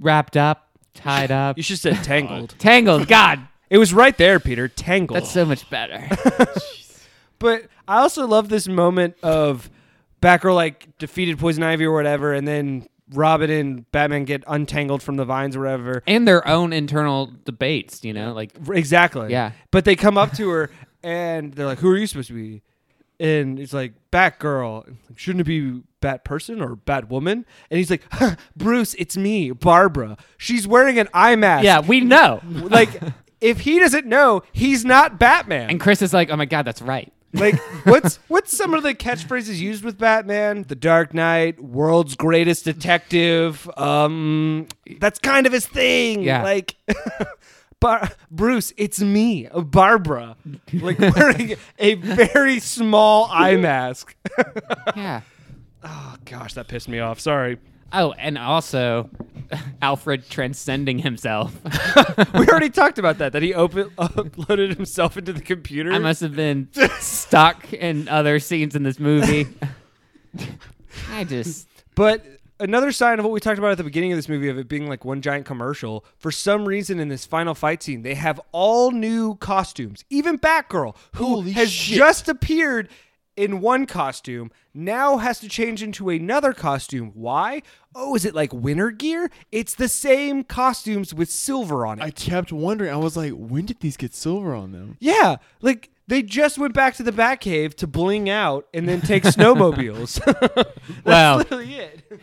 wrapped up, tied up, you should have said tangled. tangled. God, it was right there, Peter. Tangled. that's so much better. but I also love this moment of Batgirl like defeated Poison Ivy or whatever, and then Robin and Batman get untangled from the vines or whatever. and their own internal debates, you know, like Exactly. Yeah. But they come up to her and they're like, "Who are you supposed to be?" And it's like Batgirl. Like, Shouldn't it be Bat Person or Bat Woman? And he's like, "Huh, "Bruce, it's me, Barbara. She's wearing an eye mask." yeah, we know. like if he doesn't know he's not batman And Chris is like, oh my god, that's right. like what's what's some of the catchphrases used with batman the dark knight world's greatest detective um that's kind of his thing Yeah. like Bar- bruce it's me barbara like wearing a very small eye mask Yeah. oh gosh that pissed me off sorry Oh, and also Alfred transcending himself. we already talked about that that he open- uploaded himself into the computer I must have been stuck in other scenes in this movie. I just But another sign of what we talked about at the beginning of this movie of it being like one giant commercial, for some reason in this final fight scene, they have all new costumes. Even Batgirl, who has just appeared in one costume, now has to change into another costume. Why? Oh, is it like winter gear? It's the same costumes with silver on it. I kept wondering. I was like, "When did these get silver on them?" yeah, like they just went back to the Batcave to bling out and then take snowmobiles. That's Wow. literally it.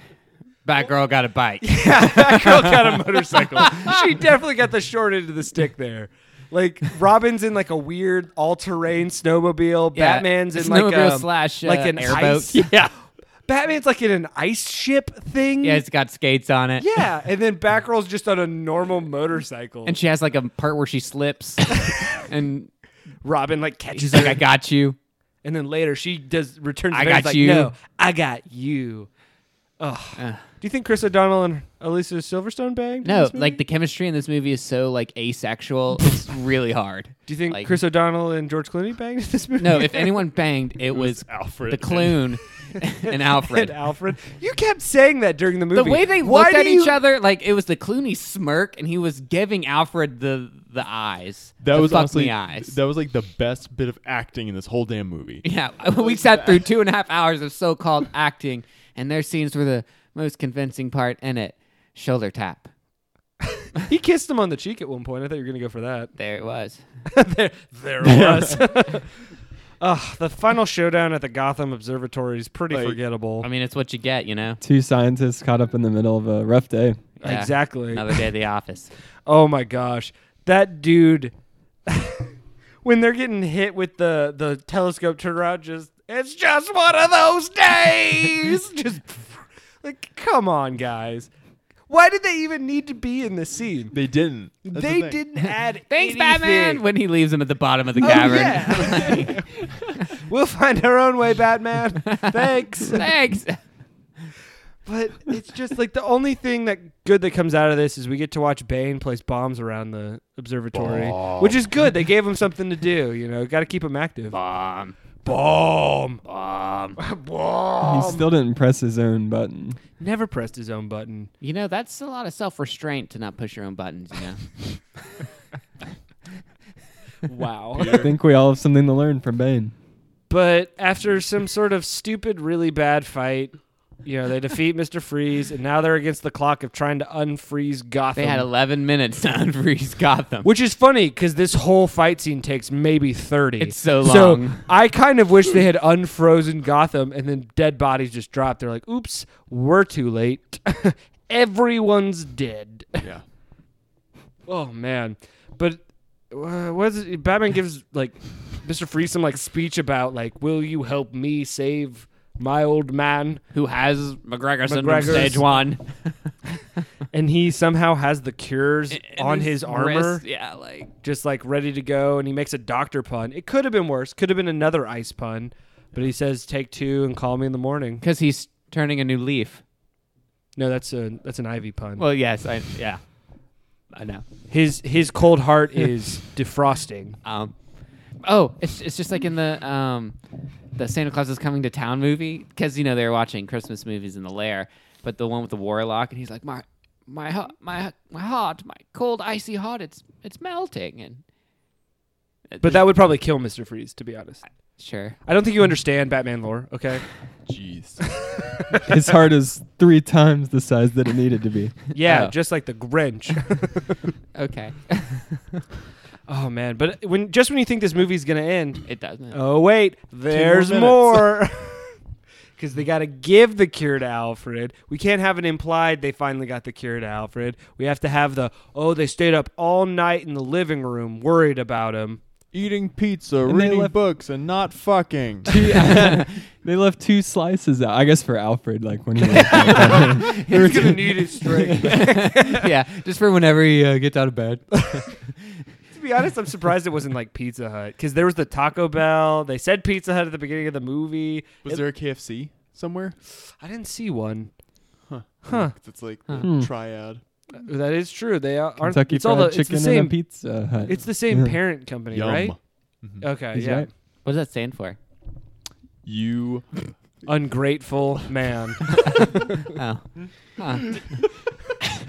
Batgirl got a bike. Yeah, that girl got a motorcycle. She definitely got the short end of the stick there. Like Robin's in like a weird all-terrain snowmobile. Yeah, Batman's in like snowmobile a slash, uh, like an airboat. ice. Yeah, Batman's like in an ice ship thing. Yeah, it's got skates on it. yeah, and then Batgirl's just on a normal motorcycle. And she has like a part where she slips and Robin like catches she's her, like, I got you. and then later she does returns. to I Batman's got like, you. No, I got you. Ugh. Uh. Do you think Chris O'Donnell and Alicia Silverstone banged? in No, this movie? like the chemistry in this movie is so like asexual. It's really hard. Do you think like- Chris O'Donnell and George Clooney banged in this movie? No, if anyone banged, it, was, Alfred the Clune and Alfred. and Alfred, you kept saying that during the movie. the way they Why looked do at you- each other, like it was the Clooney smirk, and he was giving Alfred the the eyes. That the was fuck honestly me eyes. that was like the best bit of acting in this whole damn movie. yeah, we sat through two and a half hours of so-called acting, and their scenes were the most convincing part in it. Shoulder tap. He kissed him on the cheek at one point. I thought you were gonna go for that. There it was. there, there it was. Ugh, the final showdown at the Gotham Observatory is pretty Like, forgettable. I mean, it's what you get, you know. Two scientists caught up in the middle of a rough day. Yeah. Exactly. Another day at the office. Oh my gosh, that dude! when they're getting hit with the the telescope turnaround, just it's just one of those days. just like, come on, guys. Why did they even need to be in this scene? They didn't. That's the they thing. didn't add Thanks, anything. Batman. When he leaves him at the bottom of the Oh, cavern. yeah. we'll find our own way, Batman. Thanks. Thanks. But it's just like the only thing that good that comes out of this is we get to watch Bane place bombs around the observatory, Bomb. which is good. They gave him something to do. You know, got to keep him active. Bomb. Bomb. Bomb. Bomb. he still didn't press his own button. Never pressed his own button. You know, that's a lot of self restraint to not push your own buttons, you know? Wow. I think we all have something to learn from Bane. but after some sort of stupid, really bad fight. You know, they defeat Mr. Freeze, and now they're against the clock of trying to unfreeze Gotham. they had 11 minutes to unfreeze Gotham. Which is funny because this whole fight scene takes maybe 30. It's so So long. I kind of wish they had unfrozen Gotham and then dead bodies just dropped. They're like, oops, we're too late. Everyone's dead. Yeah. Oh, man. But uh, what is it? Batman gives, like, Mr. Freeze some, like, speech about, like, will you help me save my old man? Who has McGregor syndrome McGregor's- stage one And he somehow has the cures And on his, armor. wrist, Yeah, like just like ready to go and he makes a doctor pun. It could have been worse. Could have been another ice pun, but he says take 2 and call me in the morning. because he's turning a new leaf. No, that's a that's an ivy pun. Well, yes, I yeah, I know. his his cold heart is defrosting. Um, oh, it's it's just like in the um, the Santa Claus is coming to town movie because you know they were watching Christmas movies in the lair, but the one with the warlock and he's like my my heart my my heart my cold icy heart it's it's melting and But that would probably kill Mr. Freeze to be honest. sure I don't think you understand Batman lore, okay? Jeez. His heart is three times the size that it needed to be. Yeah, Oh. just like the Grinch. okay oh man, but when just when you think this movie's going to end, it doesn't Oh wait, there's minutes. more. Because they got to give the cure to Alfred. We can't have it implied they finally got the cure to Alfred. We have to have the oh they stayed up all night in the living room worried about him. Eating pizza, they reading left- books, and not fucking. They left two slices out. I guess for Alfred, like when he was He's gonna need his strength. yeah just for whenever he uh, gets out of bed to be honest, I'm surprised it wasn't like Pizza Hut because there was the Taco Bell. They said Pizza Hut at the beginning of the movie. Was It- there a KFC somewhere? I didn't see one. Huh. It's like the Hmm. triad. That is true. They are, aren't. Kentucky it's all the, Fried Chicken it's the same. and a Pizza Hut. it's the same Yeah. parent company, Yum. right? Okay, He's yeah. right. what does that stand for You Ungrateful man. oh Huh.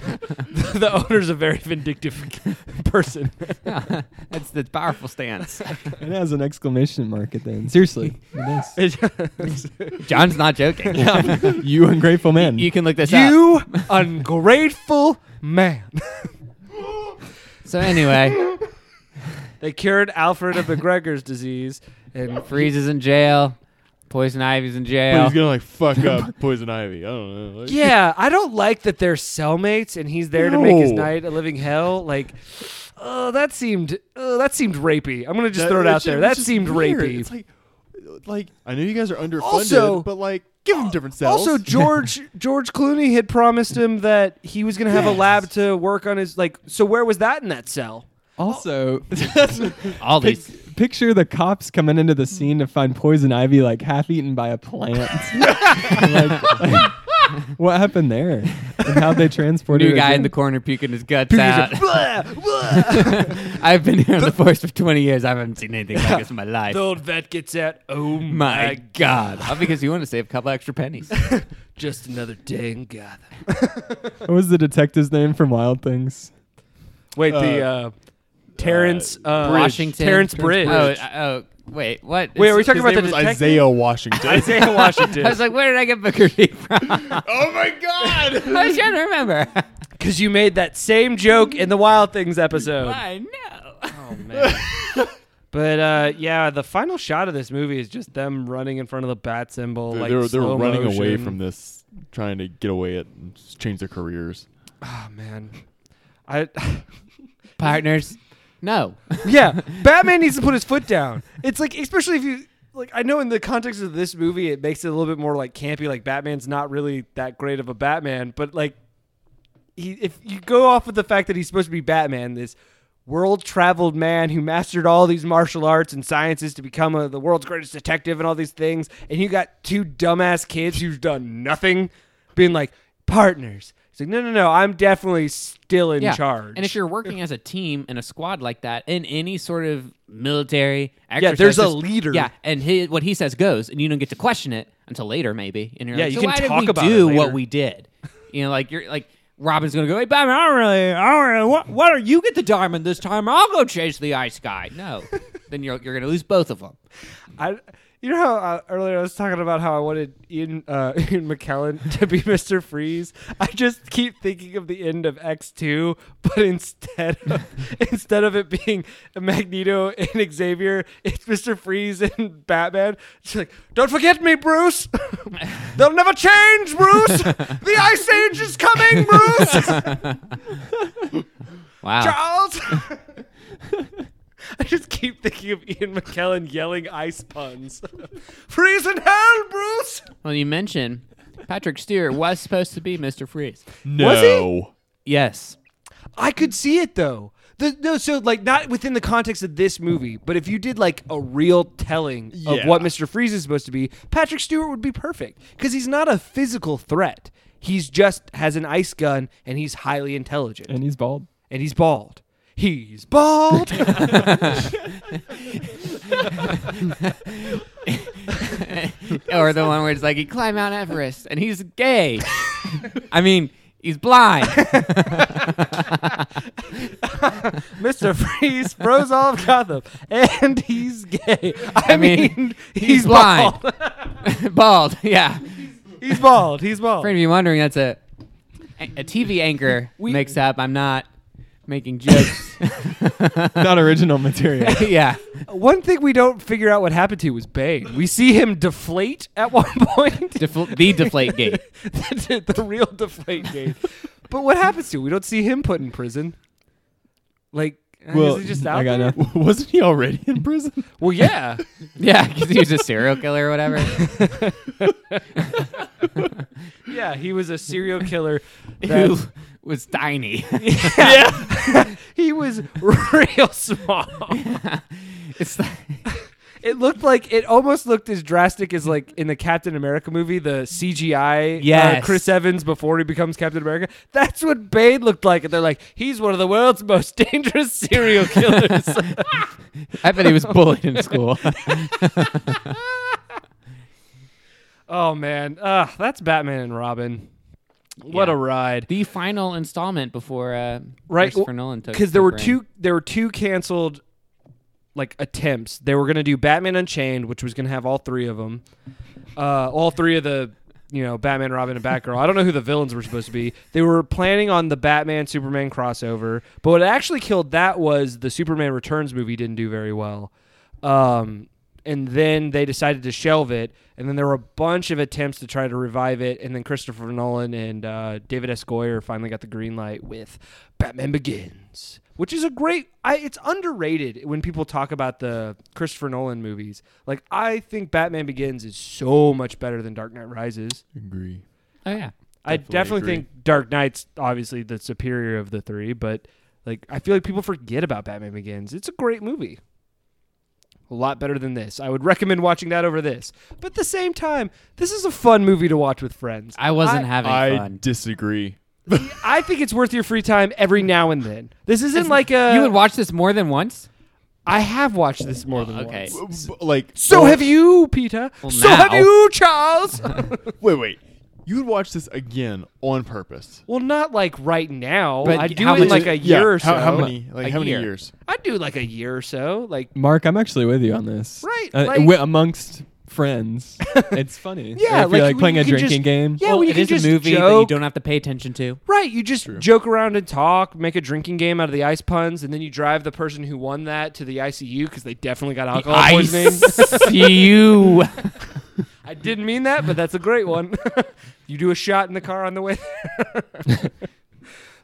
the owner's a very vindictive person. that's the powerful stance It has an exclamation mark at the end. Seriously, it is. John's not joking you ungrateful man. you can look this up you ungrateful man. so anyway They cured Alfred of McGregor's disease, and Freeze is in jail Poison Ivy's in But jail he's gonna like fuck up Poison Ivy. I don't know. Like, yeah, I don't like that they're cellmates, and he's there to make his No. night a living hell. Like, oh, that seemed oh, that seemed rapey. I'm gonna just that- throw it out there. shit was That just seemed weird. rapey. It's like, like I know you guys are underfunded, Also- but like give them different cells. Also, George George Clooney had promised him that he was gonna have a lab to work on his like. So where was that in that cell? also, all these pic- picture the cops coming into the scene to find poison ivy like half eaten by a plant. like, like, what happened there? And how they transported New it guy in again? the corner puking his guts He's out. like, "Blah, blah." I've been here on the force for 20 years. I haven't seen anything like this in my life. the old vet gets out. Oh my my Uh, God. All because you want to save a couple extra pennies. Just another day in Gotham. What was the detective's name from Wild Things? Wait, the uh, Terrence uh, Washington. Terrence Bridge. Oh, uh, oh, wait, what? Wait, are we It's- talking His about the name was detective? Isaiah Washington. Isaiah Washington. I was like, where did I get Booker T from? oh my god! I was trying to remember. Because you made that same joke in the Wild Things episode. I know. Oh man. But uh, yeah, the final shot of this movie is just them running in front of the bat symbol. They- like they were, they were slow running away motion. from this, trying to get away it and s- change their careers. Oh man, I Partners? No. yeah, Batman needs to put his foot down. It's like especially if you like. I know in the context of this movie, it makes it a little bit more like campy. Like Batman's not really that great of a Batman, but like he if you go off of the fact that he's supposed to be Batman, this world traveled man who mastered all these martial arts and sciences to become a, the world's greatest detective and all these things, and you got two dumbass kids who've done nothing, being like partners. He's like, no, no, no, I'm definitely still in Yeah. charge. And if you're working as a team in a squad like that, in any sort of military exercise, there's a just- leader. Yeah, and he, what he says goes, and you don't get to question it until later, maybe. And you're Yeah, like, you so can why talk did we about do it later." what we did? You know, like you're like Robin's gonna go, hey Batman, I don't really, I don't really. What, why don't you get the diamond this time? I'll go chase the ice guy. No, then you're you're gonna lose both of them. I, you know how uh, earlier I was talking about how I wanted Ian, uh, Ian McKellen to be Mr. Freeze. I just keep thinking of the end of X two, but instead of, instead of it being Magneto and Xavier, it's Mr. Freeze and Batman. It's like, don't forget me, Bruce. They'll never change, Bruce. the Ice Age is coming, Bruce. Wow. Charles. I just keep thinking of Ian McKellen yelling ice puns. Freeze in hell, Bruce! Well, you mentioned Patrick Stewart was supposed to be Mr. Freeze. No, Yes. I could see it though. The, no, so like not within the context of this movie, but if you did like a real telling of Yeah. what Mr. Freeze is supposed to be, Patrick Stewart would be perfect because he's not a physical threat. He's just has an ice gun and he's highly intelligent And he's bald. and he's bald. He's bald. or the one where it's like he climbed Mount Everest and he's gay. I mean, he's blind. Mr. Freeze froze all of Gotham, and he's gay. I, I mean, mean, he's, He's blind. bald. Bald. Yeah. He's bald. He's bald. For any of you wondering, that's a a TV anchor mix up. I'm not making jokes. Not original material. yeah. One thing we don't figure out what happened to was Bane. We see him deflate at one point. Defl- the deflate gate. the, the real deflate game. But what happens to him? We don't see him put in prison. Like, uh, Well, is he just I out got there? nothing. wasn't he already in prison? Well, yeah. Yeah, because he was a serial killer or whatever. yeah, he was a serial killer. Who that- was tiny. yeah. he was real small. it's like, It looked like it almost looked as drastic as like in the Captain America movie, the CGI. uh, Yes. Chris Evans before he becomes Captain America. That's what Bane looked like, and they're like, he's one of the world's most dangerous serial killers. I bet he was bullied in school. oh man, uh, that's Batman and Robin. What Yeah. a ride! the final installment before uh, Right, Christopher well, Nolan took because there were over. two there were two canceled like attempts they were going to do batman unchained which was going to have all three of them uh, all three of the you know batman robin and batgirl i don't know who the villains were supposed to be they were planning on the batman superman crossover but what actually killed that was the superman returns movie didn't do very well um, and then they decided to shelve it and then there were a bunch of attempts to try to revive it and then christopher nolan and uh, david s goyer finally got the green light with batman begins which is a great I, it's underrated when people talk about the christopher nolan movies like i think batman begins is so much better than dark knight rises Agree. Oh yeah. i Definitely definitely agree. think dark knight's obviously the superior of the three but like i feel like people forget about batman begins it's a great movie a lot better than this. I would recommend watching that over this. But at the same time, this is a fun movie to watch with friends. I wasn't having I fun. disagree. I think it's worth your free time every now and then. This isn't like a. you would watch this more than once. I have watched this more than okay. once. B- b- Like So or- have you, Peter. so now- have you, Charles. Wait, wait. You would watch this again on purpose. well, not like right now. But I how do much in is- like a year yeah, or so. How, how many? Like A how many year. years? I do like a year or so. Like Mark, I'm actually with you on this. Right, Uh, like- wi- amongst friends, it's Yeah, funny. if you're like, like we- playing you a can just- drinking game. yeah, well, well, you it can is just a movie that you joke. don't have to pay attention to. Right, you just joke around and talk, make a drinking game out of the ice puns, and then you drive the person who won that to the ICU because they definitely got alcohol poisoning. you. I didn't mean that, but that's a great one. you do a shot in the car on the way. there.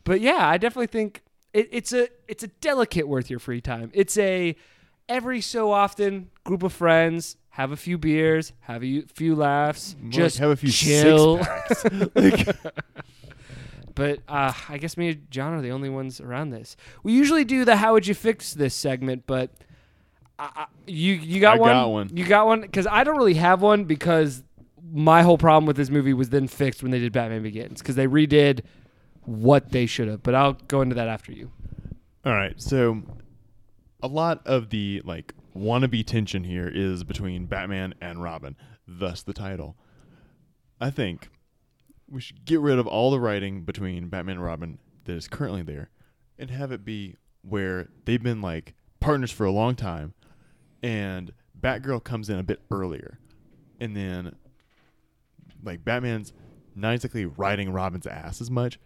but yeah, I definitely think it, it's a it's a delicate worth your free time. It's a every so often group of friends have a few beers, have a few laughs, More like just have a few chill. six-packs. But uh, I guess me and John are the only ones around this. We usually do the "How would you fix this?" segment, but I, I, you you got I one. got one. You got one because I don't really have one because my whole problem with this movie was then fixed when they did Batman Begins because they redid what they should have. But I'll go into that after you. All right. So a lot of the like wannabe tension here is between Batman and Robin, thus the title. I think we should get rid of all the writing between Batman and Robin that is currently there and have it be where they've been like partners for a long time and Batgirl comes in a bit earlier. And then like Batman's not exactly riding Robin's ass as much,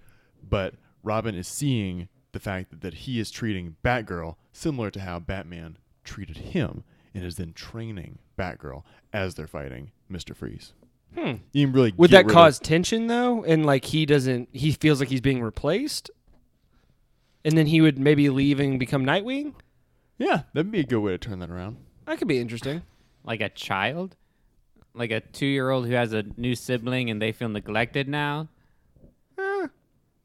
but Robin is seeing the fact that, that he is treating Batgirl similar to how Batman treated him and is then training Batgirl as they're fighting Mr. Freeze. Hmm. You can really Would get that rid of- cause tension though? And like he doesn't, he feels like he's being replaced, and then he would maybe leave and become Nightwing. Yeah, that'd be a good way to turn that around. That could be interesting. like a child, like a two-year-old who has a new sibling and they feel neglected now. I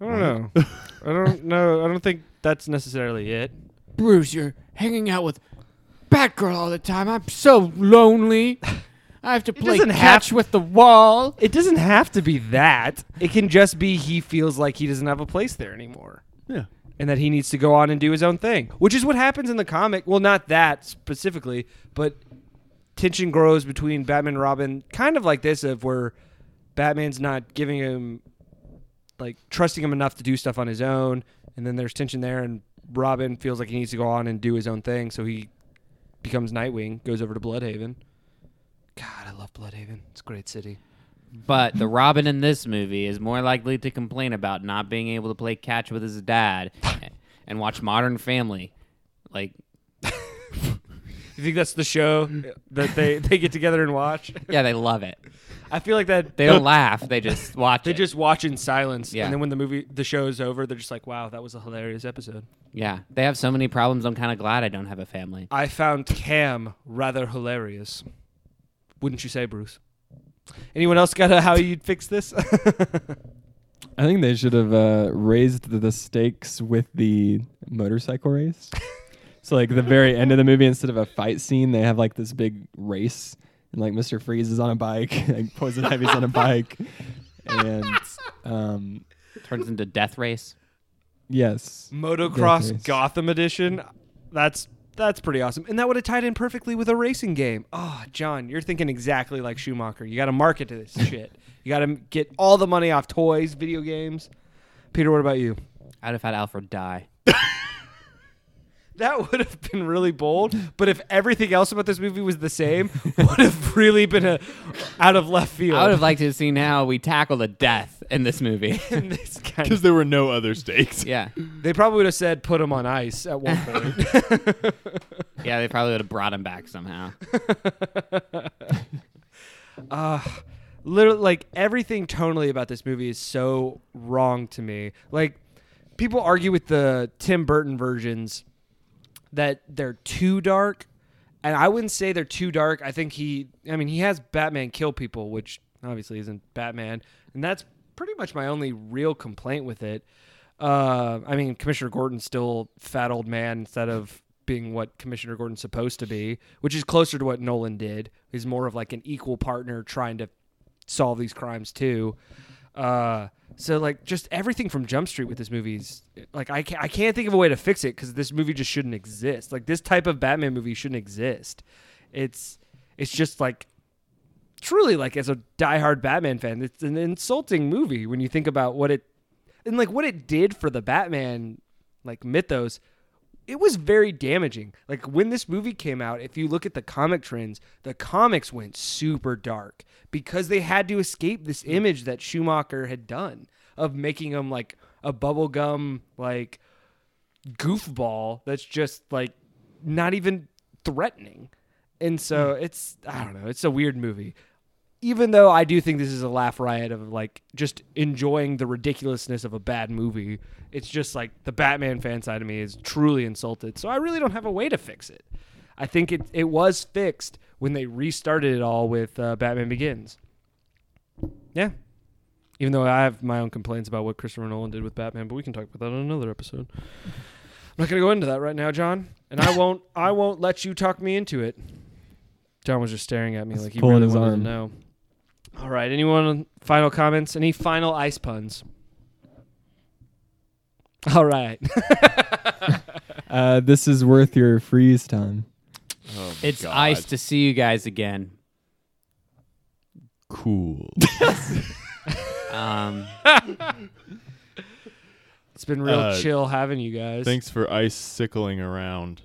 don't know. I don't know. I don't think that's necessarily it. Bruce, you're hanging out with Batgirl all the time. I'm so lonely. I have to play doesn't catch have- with the wall. It doesn't have to be that. It can just be he feels like he doesn't have a place there anymore Yeah. and that he needs to go on and do his own thing, which is what happens in the comic. Well, not that specifically, but tension grows between Batman and Robin kind of like this of where Batman's not giving him like trusting him enough to do stuff on his own and then there's tension there and Robin feels like he needs to go on and do his own thing, so he becomes Nightwing, goes over to Bloodhaven. God, I love Bloodhaven. It's a great city. But the Robin in this movie is more likely to complain about not being able to play catch with his dad and watch Modern Family. Like, You think that's the show that they, they get together and watch? yeah, they love it. I feel like that They don't laugh. They just watch they it. just watch in silence, Yeah. and then when the movie the show is over, they're just like, "Wow, that was a hilarious episode." yeah, they have so many problems. I'm kind of glad I don't have a family. I found Cam rather hilarious, wouldn't you say, Bruce? Anyone else got a how you'd fix this? I think they should have uh, raised the, the stakes with the motorcycle race. so like the very end of the movie, instead of a fight scene, they have like this big race, and like Mister Freeze is on a bike, like Poison Ivy's on a bike, and um, Turns into Death Race. yes, Motocross Yes. Gotham Edition. That's that's pretty awesome, and that would have tied in perfectly with a racing game. Oh, John, you're thinking exactly like Schumacher. You got to market to this shit. You got to get all the money off toys, video games. Peter, what about you? I'd have had Alfred die. That would have been really bold, but if everything else about this movie was the same, would have really been a out of left field. I would have liked to have seen how we tackle the death in this movie. In this kind Because of- there were no other stakes. yeah. they probably would have said put him on ice at one point. Yeah, they probably would have brought him back somehow. uh, literally, like everything tonally about this movie is so wrong to me. Like people argue with the Tim Burton versions that they're too dark, and I wouldn't say they're too dark. I think he, I mean, he has Batman kill people, which obviously isn't Batman, and that's pretty much my only real complaint with it. Uh, I mean, Commissioner Gordon's still fat old man instead of being what Commissioner Gordon's supposed to be, which is closer to what Nolan did. He's more of like an equal partner trying to solve these crimes too. Uh, so like just everything from Jump Street with this movie is like I can't, I can't think of a way to fix it because this movie just shouldn't exist. Like this type of Batman movie shouldn't exist. It's it's just like truly like as a diehard Batman fan, it's an insulting movie when you think about what it and like what it did for the Batman like mythos. It was very damaging. Like when this movie came out, if you look at the comic trends, the comics went super dark because they had to escape this image that Schumacher had done of making him like a bubblegum like goofball that's just like not even threatening. And so it's I don't know, it's a weird movie. Even though I do think this is a laugh riot of like just enjoying the ridiculousness of a bad movie, it's just like the Batman fan side of me is truly insulted. So I really don't have a way to fix it. I think it it was fixed when they restarted it all with uh, Batman Begins. Yeah. Even though I have my own complaints about what Christopher Nolan did with Batman, but we can talk about that on another episode. I'm not going to go into that right now, John, and I won't. I won't let you talk me into it. John was just staring at me He's like he pulling really his wanted arm. to know. All right. Anyone final comments? Any final ice puns? All right. Uh, this is worth your freeze time. Oh my It's God. ice to see you guys again. Cool. Um, It's been real Uh, chill having you guys. Thanks for ice sickling around.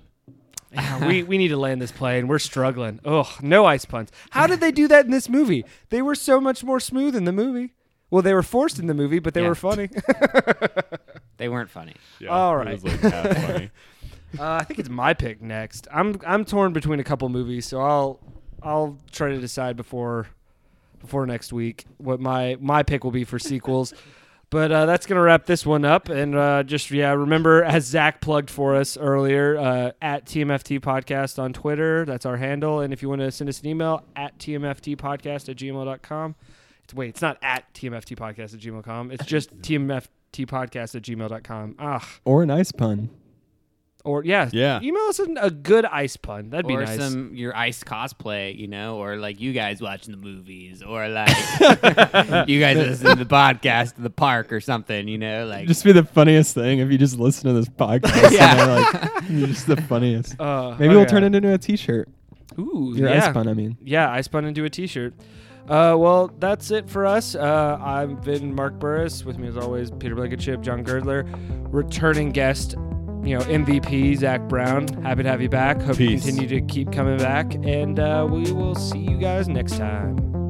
Yeah, we we need to land this plane. We're struggling. Oh, no ice puns. How did they do that in this movie? They were so much more smooth in the movie. Well, they were forced in the movie, but they Yeah. were funny. they weren't funny. Yeah, All it was, like, half funny. Uh, I think it's my pick next. I'm I'm torn between a couple movies, so I'll I'll try to decide before before next week what my my pick will be for sequels. but uh, that's gonna wrap this one up. And uh, just yeah, remember as Zach plugged for us earlier uh, at TMFT Podcast on Twitter. That's our handle. And if you want to send us an email at TMFT Podcast at gmail.com. It's wait, it's not at TMFT Podcast at gmail.com. It's just TMFT Podcast at gmail.com. Ah Or an ice pun. or yeah, Yeah. Email us an, a good ice pun. That'd be or nice. some your ice cosplay, you know, or like you guys watching the movies, or like you guys listening to the podcast in the park or something, you know, like It'd just be the funniest thing if you just listen to this podcast. Yeah. yeah. like, you're just the funniest. Uh, Maybe we'll turn it into a t shirt. Ooh, Your yeah. ice pun, I mean. Yeah, ice pun into a T-shirt. Uh, well, that's it for us. Uh, I've been Mark Burris. With me, as always, Peter Blankenship, John Girdler, returning guest, you know MVP Zach Brown. Happy to have you back. Hope Peace. you continue to keep coming back, and uh, we will see you guys next time.